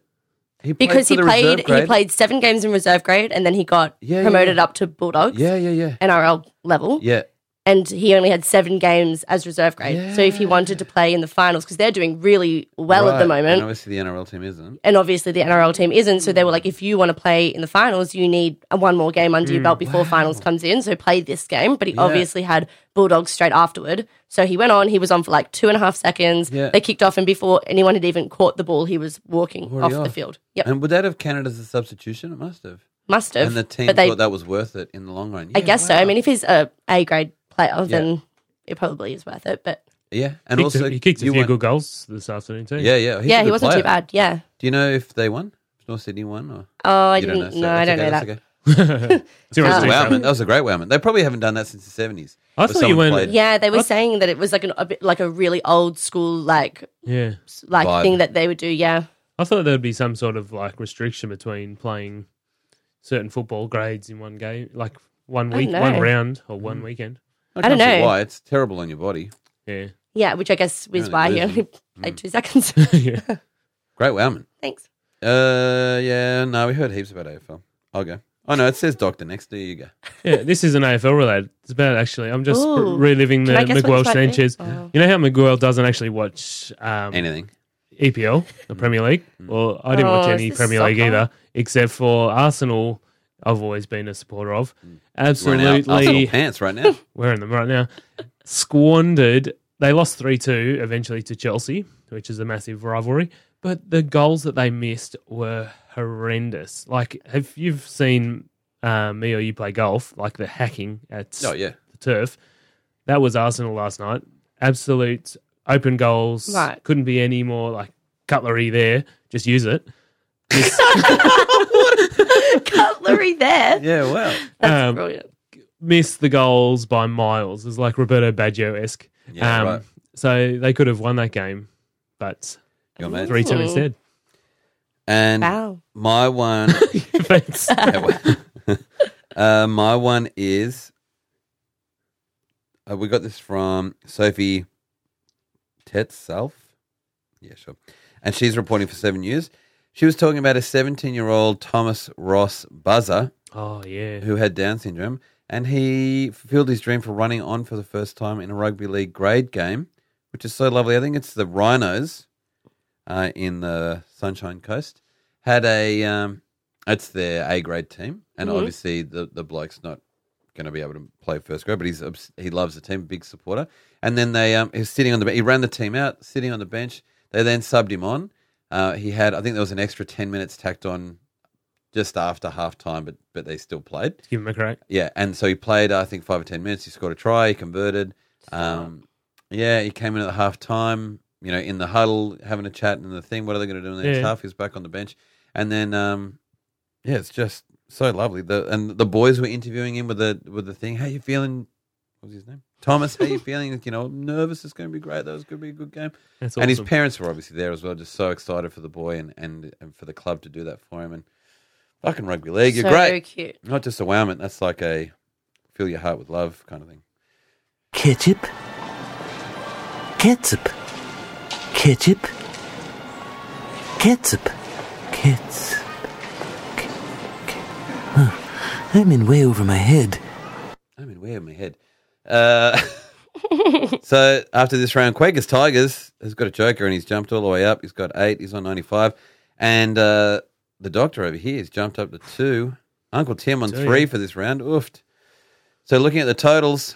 Speaker 1: He played.
Speaker 3: because
Speaker 1: for
Speaker 3: he
Speaker 1: the reserve
Speaker 3: played he
Speaker 1: grade.
Speaker 3: played seven games in reserve grade, and then he got
Speaker 1: Yeah, yeah,
Speaker 3: promoted
Speaker 1: yeah.
Speaker 3: up to Bulldogs
Speaker 1: Yeah, yeah, yeah,
Speaker 3: NRL level,
Speaker 1: yeah.
Speaker 3: and he only had seven games as reserve grade. So if he wanted to play in the finals, because they're doing really well at the
Speaker 1: Right.
Speaker 3: moment,
Speaker 1: And obviously the NRL team isn't.
Speaker 3: and obviously the NRL team isn't. So they were like, if you want to play in the finals, you need a one more game under your belt before finals comes in. So play this game. But he
Speaker 1: Mm, Yeah.
Speaker 3: obviously had Bulldogs straight afterward. So he went on. He was on for like two and a half seconds.
Speaker 1: Yeah.
Speaker 3: They kicked off, and before anyone had even caught the ball, he was walking off,
Speaker 1: Already
Speaker 3: the
Speaker 1: off.
Speaker 3: field. Yep,
Speaker 1: And would that have counted as a substitution? It must have.
Speaker 3: must have.
Speaker 1: and the team
Speaker 3: but they,
Speaker 1: thought that was worth it in the long run.
Speaker 3: I
Speaker 1: Yeah,
Speaker 3: guess so. I
Speaker 1: wow.
Speaker 3: mean, if he's a A grade player, then it probably is worth it. But
Speaker 1: yeah, and
Speaker 2: Kicked
Speaker 1: also
Speaker 2: a, he kicked a
Speaker 1: you
Speaker 2: few
Speaker 1: won-
Speaker 2: good goals this afternoon too.
Speaker 1: Yeah, yeah, he's a
Speaker 3: yeah, he
Speaker 1: good
Speaker 3: wasn't
Speaker 1: player.
Speaker 3: too bad. Yeah.
Speaker 1: Do you know if they won? If North Sydney won, or
Speaker 3: Oh, I
Speaker 1: you
Speaker 3: didn't.
Speaker 1: so
Speaker 3: no, I
Speaker 1: that's
Speaker 3: don't
Speaker 1: okay,
Speaker 3: know that.
Speaker 1: that's okay.
Speaker 2: Too much
Speaker 1: That was a
Speaker 2: detail.
Speaker 1: wow, man. That was a great wow, man. They probably haven't done that since the seventies.
Speaker 2: I thought you went-
Speaker 3: Yeah, they were
Speaker 2: What?
Speaker 3: saying that it was like an, a bit like a really old school like
Speaker 2: yeah.
Speaker 3: like
Speaker 1: Vibe.
Speaker 3: thing that they would do. Yeah,
Speaker 2: I thought there'd be some sort of like restriction between playing certain football grades in one game, like one
Speaker 3: I
Speaker 2: week,
Speaker 3: don't
Speaker 2: one
Speaker 3: know.
Speaker 2: round, or one
Speaker 1: Mm.
Speaker 2: weekend.
Speaker 3: I don't know.
Speaker 1: why. It's terrible on your body.
Speaker 2: Yeah.
Speaker 3: yeah, which I guess is
Speaker 1: Yeah,
Speaker 3: why he
Speaker 1: it is.
Speaker 3: only
Speaker 1: Hmm.
Speaker 3: played two seconds.
Speaker 2: yeah.
Speaker 1: Great wow, man.
Speaker 3: Thanks.
Speaker 1: Uh, yeah, no, we heard heaps about AFL. I'll go. Oh no, it says doctor next. There you go.
Speaker 2: Yeah, this is an AFL related. It's about actually. I'm just r-
Speaker 3: Ooh.
Speaker 2: reliving
Speaker 3: Can
Speaker 2: the
Speaker 3: I guess what
Speaker 2: Miguel
Speaker 3: it's about me?
Speaker 2: Sanchez.
Speaker 3: Oh.
Speaker 2: You know how Miguel doesn't actually watch um,
Speaker 1: Anything.
Speaker 2: EPL, the Premier League. Well, I didn't watch
Speaker 3: Oh,
Speaker 2: any
Speaker 3: is this
Speaker 2: Premier League
Speaker 3: soccer?
Speaker 2: either, except for Arsenal. I've always been a supporter of.
Speaker 1: We're in our Arsenal
Speaker 2: Absolutely,
Speaker 1: pants right now.
Speaker 2: wearing them right now. Squandered. They lost three two eventually to Chelsea, which is a massive rivalry. But the goals that they missed were horrendous. Like, if you've seen uh, me or you play golf, like the hacking at
Speaker 1: oh yeah.
Speaker 2: the turf. That was Arsenal last night. Absolute open goals.
Speaker 3: Right.
Speaker 2: Couldn't be any more like cutlery there. Just use it. Miss-
Speaker 3: Cutlery there.
Speaker 1: Yeah. Wow.
Speaker 3: That's
Speaker 2: Um,
Speaker 3: brilliant.
Speaker 2: Missed the goals by miles. It was like Roberto Baggio esque.
Speaker 1: Yeah, right.
Speaker 2: So they could have won that game, but
Speaker 1: You're amazing.
Speaker 2: 3 2
Speaker 3: Mm.
Speaker 2: instead.
Speaker 1: And
Speaker 3: Wow.
Speaker 1: my one.
Speaker 2: Thanks.
Speaker 1: Yeah, well, uh, my one is. Uh, we got this from Sophie Tetself. Yeah, sure. And she's reporting for seven years. She was talking about a 17 year old Thomas Ross Buzzer
Speaker 2: Oh, yeah.
Speaker 1: who had Down syndrome, and he fulfilled his dream for running on for the first time in a rugby league grade game, which is so lovely. I think it's the Rhinos uh, in the Sunshine Coast had a. Um, it's their A grade team, and
Speaker 3: Mhm.
Speaker 1: obviously the the bloke's not going to be able to play first grade, but he's obs- he loves the team, big supporter. And then they um, he was sitting on the be- he ran the team out, sitting on the bench. They then subbed him on. Uh, he had I think there was an extra ten minutes tacked on just after half time, but but they still played.
Speaker 2: Give him a crack.
Speaker 1: Yeah, and so he played. I think five or ten minutes. He scored a try. He converted. Um, yeah, he came in at the half time. You know, in the huddle, having a chat and the thing. What are they going to do in the next
Speaker 2: Yeah.
Speaker 1: half? He's back on the bench, and then um, yeah, it's just so lovely. The and the boys were interviewing him with the with the thing. How you feeling? What was his name? Thomas. How you feeling? You know, I'm nervous. It's going to be great. That was going to be a good game.
Speaker 2: That's
Speaker 1: And his
Speaker 2: awesome.
Speaker 1: parents were obviously there as well, just so excited for the boy and and, and for the club to do that for him. And fucking rugby league, you're
Speaker 3: so
Speaker 1: great
Speaker 3: cute.
Speaker 1: not just a wowment. That's like a fill your heart with love kind of thing.
Speaker 8: Ketchup. Ketchup. Ketchup. Ketchup. Ketchup. Ke- ke- Huh. I'm in way over my head.
Speaker 1: I'm in way over my head. Uh, so after this round, Quakers Tigers has got a joker and he's jumped all the way up. He's got eight. He's on 95. And uh, the doctor over here has jumped up to two. Uncle Tim on three for this round. Oofed. So looking at the totals,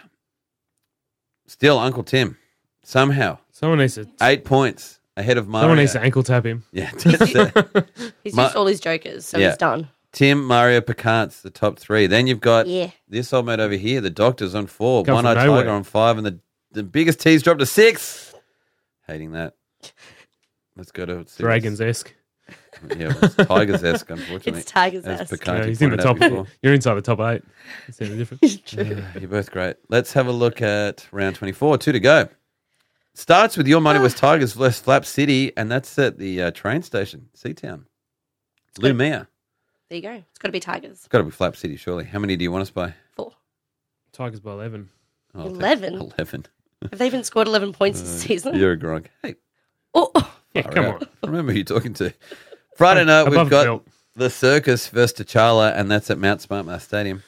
Speaker 1: still Uncle Tim somehow
Speaker 2: Someone needs to.
Speaker 1: eight points ahead of Mario.
Speaker 2: Someone needs to ankle tap him.
Speaker 1: Yeah, that's it.
Speaker 3: He's
Speaker 1: My-
Speaker 3: used all his jokers, so
Speaker 1: Yeah.
Speaker 3: he's done.
Speaker 1: Tim, Mario, Picant's the top three. Then you've got
Speaker 3: Yeah.
Speaker 1: this old mate over here. The Doctor's on four.
Speaker 2: Come
Speaker 1: One Eye
Speaker 2: from nowhere.
Speaker 1: Tiger on five. And the, the biggest tease dropped to six. Hating that. Let's go to six.
Speaker 2: Dragons esque.
Speaker 1: Yeah, well, it's Tigers esque, unfortunately.
Speaker 3: It's Tigers
Speaker 1: As
Speaker 3: esque.
Speaker 1: Picante
Speaker 2: he's in the
Speaker 1: pointed out
Speaker 2: top.
Speaker 1: before.
Speaker 2: You're inside the top eight. You See the difference?
Speaker 1: Yeah, You're both great. Let's have a look at round 24. Two to go. Starts with Your Money was Tigers versus Flap City, and that's at the uh, train station, Seatown. Lumia.
Speaker 3: There you go. It's got to be Tigers.
Speaker 1: It's got to be Flap City, surely. How many do you want us by?
Speaker 3: Four.
Speaker 2: Tigers by eleven.
Speaker 1: Oh, I'll take
Speaker 3: Eleven.
Speaker 1: 11.
Speaker 3: Have they even scored 11 points this season?
Speaker 1: Uh, You're a grog. Hey,
Speaker 3: Oh, oh,
Speaker 2: Yeah,
Speaker 1: far
Speaker 2: come
Speaker 1: out.
Speaker 2: on.
Speaker 1: Remember who you're talking to. Friday night,
Speaker 2: Above
Speaker 1: we've
Speaker 2: the
Speaker 1: got
Speaker 2: belt.
Speaker 1: the circus versus T'Challa, and that's at Mount Smartmouth Stadium.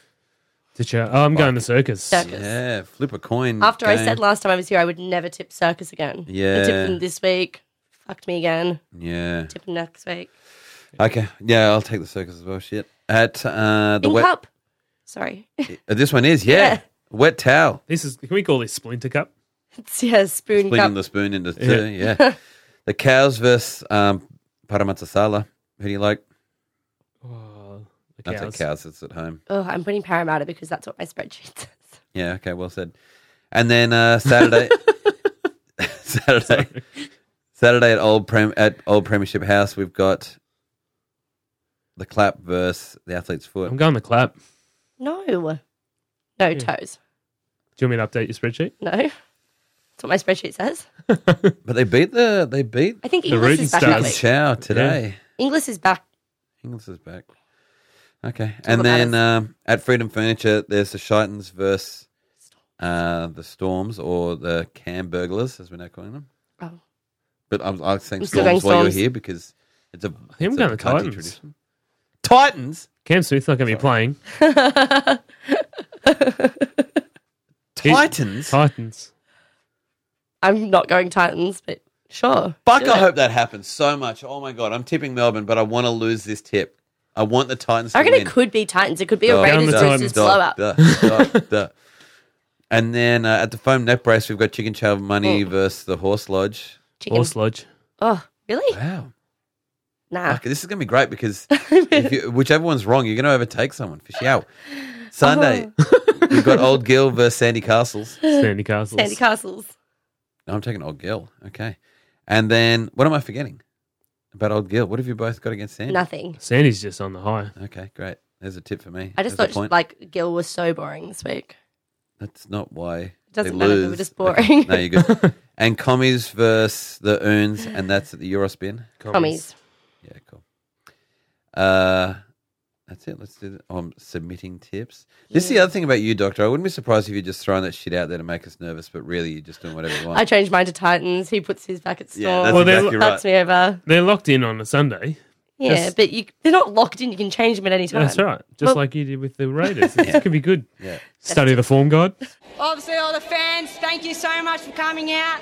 Speaker 2: Did you? Oh, I'm going to circus.
Speaker 3: Circus.
Speaker 1: Yeah, flip a coin.
Speaker 3: After I
Speaker 1: game.
Speaker 3: said last time I was here, I would never tip Circus again. I
Speaker 1: Yeah.
Speaker 3: tipped them this week. Fucked me again.
Speaker 1: Yeah.
Speaker 3: Tip them next week.
Speaker 1: Okay. Yeah, I'll take the circus as well. Shit. At uh, the
Speaker 3: In
Speaker 1: wet.
Speaker 3: cup. Sorry.
Speaker 1: Uh, this one is, yeah.
Speaker 3: Yeah.
Speaker 1: Wet towel.
Speaker 2: This is. Can we call this Splinter Cup?
Speaker 3: It's, yeah, spoon
Speaker 1: Flinging
Speaker 3: cup.
Speaker 1: the spoon into two. Yeah. the cows versus um, Paramatasala. Who do you like?
Speaker 2: Oh, the
Speaker 1: I'll take
Speaker 2: cows.
Speaker 1: cows. It's at home.
Speaker 3: oh, I'm putting Parramatta because that's what my spreadsheet says.
Speaker 1: Yeah. Okay. Well said. And then uh, Saturday, Saturday, Saturday at old Prem- at old Premiership House, we've got the clap versus the athlete's foot.
Speaker 2: I'm going to clap. Do
Speaker 3: No. No
Speaker 1: Hmm.
Speaker 3: toes.
Speaker 2: you want me to update your spreadsheet?
Speaker 3: No. That's what my spreadsheet says.
Speaker 1: But they beat the they beat
Speaker 3: I think
Speaker 2: The
Speaker 3: Inglis
Speaker 2: rooting
Speaker 3: is back
Speaker 2: stars.
Speaker 3: next week.
Speaker 1: Chow today.
Speaker 3: Inglis is back.
Speaker 1: Inglis is back. Okay, and
Speaker 3: what
Speaker 1: then
Speaker 3: matters.
Speaker 1: um, at Freedom Furniture, there's the Shitans versus uh, the Storms or the Cam Burglars, as we're now calling them.
Speaker 3: Oh.
Speaker 1: But I'm, I'm saying
Speaker 3: I'm still
Speaker 1: Storms
Speaker 3: going
Speaker 1: while you're
Speaker 3: Storms.
Speaker 1: here because it's a.
Speaker 2: I'm
Speaker 1: it's a
Speaker 2: going to
Speaker 1: Picante
Speaker 2: Titans.
Speaker 1: tradition. Titans.
Speaker 2: Cam Smith's not going to be playing. He's-
Speaker 1: Titans.
Speaker 2: Titans.
Speaker 3: I'm not going Titans, but sure.
Speaker 1: Fuck!
Speaker 3: Do
Speaker 1: I
Speaker 3: it.
Speaker 1: hope that happens so much. Oh my god, I'm tipping Melbourne, but I want to lose this tip. I want the Titans.
Speaker 3: I
Speaker 1: to
Speaker 3: reckon
Speaker 1: win.
Speaker 3: it could be Titans. It could be a
Speaker 1: Duh,
Speaker 3: Raiders
Speaker 1: duh,
Speaker 2: Down the
Speaker 3: Roosters
Speaker 1: duh,
Speaker 3: blow up.
Speaker 1: duh, duh, duh. And then uh, at the foam neck brace, we've got Chicken Chow Money versus the Horse Lodge.
Speaker 3: Chicken.
Speaker 2: Horse Lodge.
Speaker 3: Oh, really?
Speaker 1: Wow.
Speaker 3: Nah.
Speaker 1: Okay, this is going to be great because if you, whichever one's wrong, you're going to overtake someone for sure. Sunday,
Speaker 3: Uh-huh.
Speaker 1: we've got Old Gill versus Sandy Castles.
Speaker 2: Sandy Castles.
Speaker 3: Sandy Castles.
Speaker 1: No, I'm taking Old Gill. Okay. And then what am I forgetting about Old Gill? What have you both got against Sandy?
Speaker 3: Nothing.
Speaker 2: Sandy's just on the high.
Speaker 1: Okay, great. There's a tip for me.
Speaker 3: I just
Speaker 1: There's a
Speaker 3: thought
Speaker 1: point.
Speaker 3: like Gil was so boring this week.
Speaker 1: That's not why. It
Speaker 3: doesn't matter, they were just boring.
Speaker 1: no, you're good. and commies versus the urns, and that's at the Eurospin.
Speaker 3: Commies.
Speaker 1: Yeah, cool. Uh, that's it. Let's do that. Oh, I'm submitting tips. This is the other thing about you, Doctor. I wouldn't be surprised if you're just throwing that shit out there to make us nervous, but really you're just doing whatever you want.
Speaker 3: I changed mine to Titans. He puts his back at Storm.
Speaker 1: yeah, that's
Speaker 2: Well, there's-
Speaker 1: exactly right.
Speaker 3: Fucks me over.
Speaker 2: They're locked in on a Sunday.
Speaker 3: Yeah,
Speaker 2: Yes.
Speaker 3: but you, they're not locked in. You can change them at any time.
Speaker 2: That's right. Just
Speaker 3: Well-
Speaker 2: like you did with the Raiders. It could be good.
Speaker 1: Yeah.
Speaker 2: Study the form guide.
Speaker 9: Obviously, all the fans, thank you so much for coming out.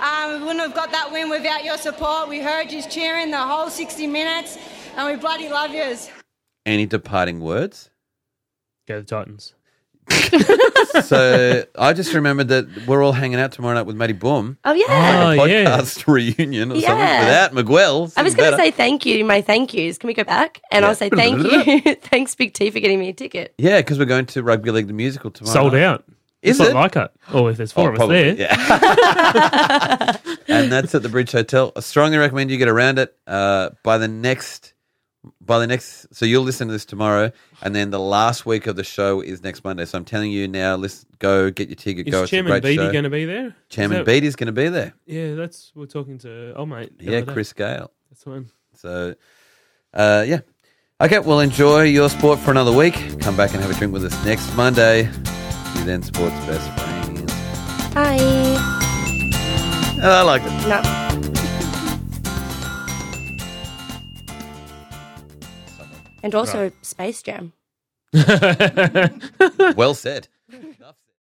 Speaker 9: Um, we wouldn't have got that win without your support. We heard you cheering the whole 60 minutes, and we bloody love yous.
Speaker 1: Any departing words?
Speaker 2: Go the Titans.
Speaker 1: so I just remembered that we're all hanging out tomorrow night with Matty Boom.
Speaker 3: Oh yeah.
Speaker 2: Oh, yeah.
Speaker 1: podcast reunion or something
Speaker 3: Yeah.
Speaker 1: without Miguel.
Speaker 3: I was
Speaker 1: something
Speaker 3: going to
Speaker 1: better.
Speaker 3: say thank you. My thank yous. Can we go back? And I'll say thank you. Thanks, Big T, for getting me a ticket.
Speaker 1: Yeah, because we're going to Rugby League the Musical tomorrow.
Speaker 2: Sold out.
Speaker 1: Is
Speaker 2: it's
Speaker 1: it?
Speaker 2: not like it. Oh, if there's
Speaker 1: Oh,
Speaker 2: four of us
Speaker 1: probably,
Speaker 2: there.
Speaker 1: Yeah. and that's at the Bridge Hotel. I strongly recommend you get around it uh, by the next. By the next, so you'll listen to this tomorrow, and then the last week of the show is next Monday. So I'm telling you now, listen, go get your ticket. go,
Speaker 2: Is
Speaker 1: it's a
Speaker 2: Chairman
Speaker 1: great
Speaker 2: Beatty
Speaker 1: show.
Speaker 2: going to be there? Is
Speaker 1: Chairman
Speaker 2: that-
Speaker 1: Beatty's going to be there.
Speaker 2: Yeah, that's we're talking to. Oh mate. the
Speaker 1: yeah,
Speaker 2: other day.
Speaker 1: Chris Gale.
Speaker 2: That's fine.
Speaker 1: So, uh, yeah. Okay, well, enjoy your sport for another week. Come back and have a drink with us next Monday. You then, sports best friends.
Speaker 3: Bye.
Speaker 1: And I like it.
Speaker 3: No. And also Space Jam.
Speaker 1: Well said.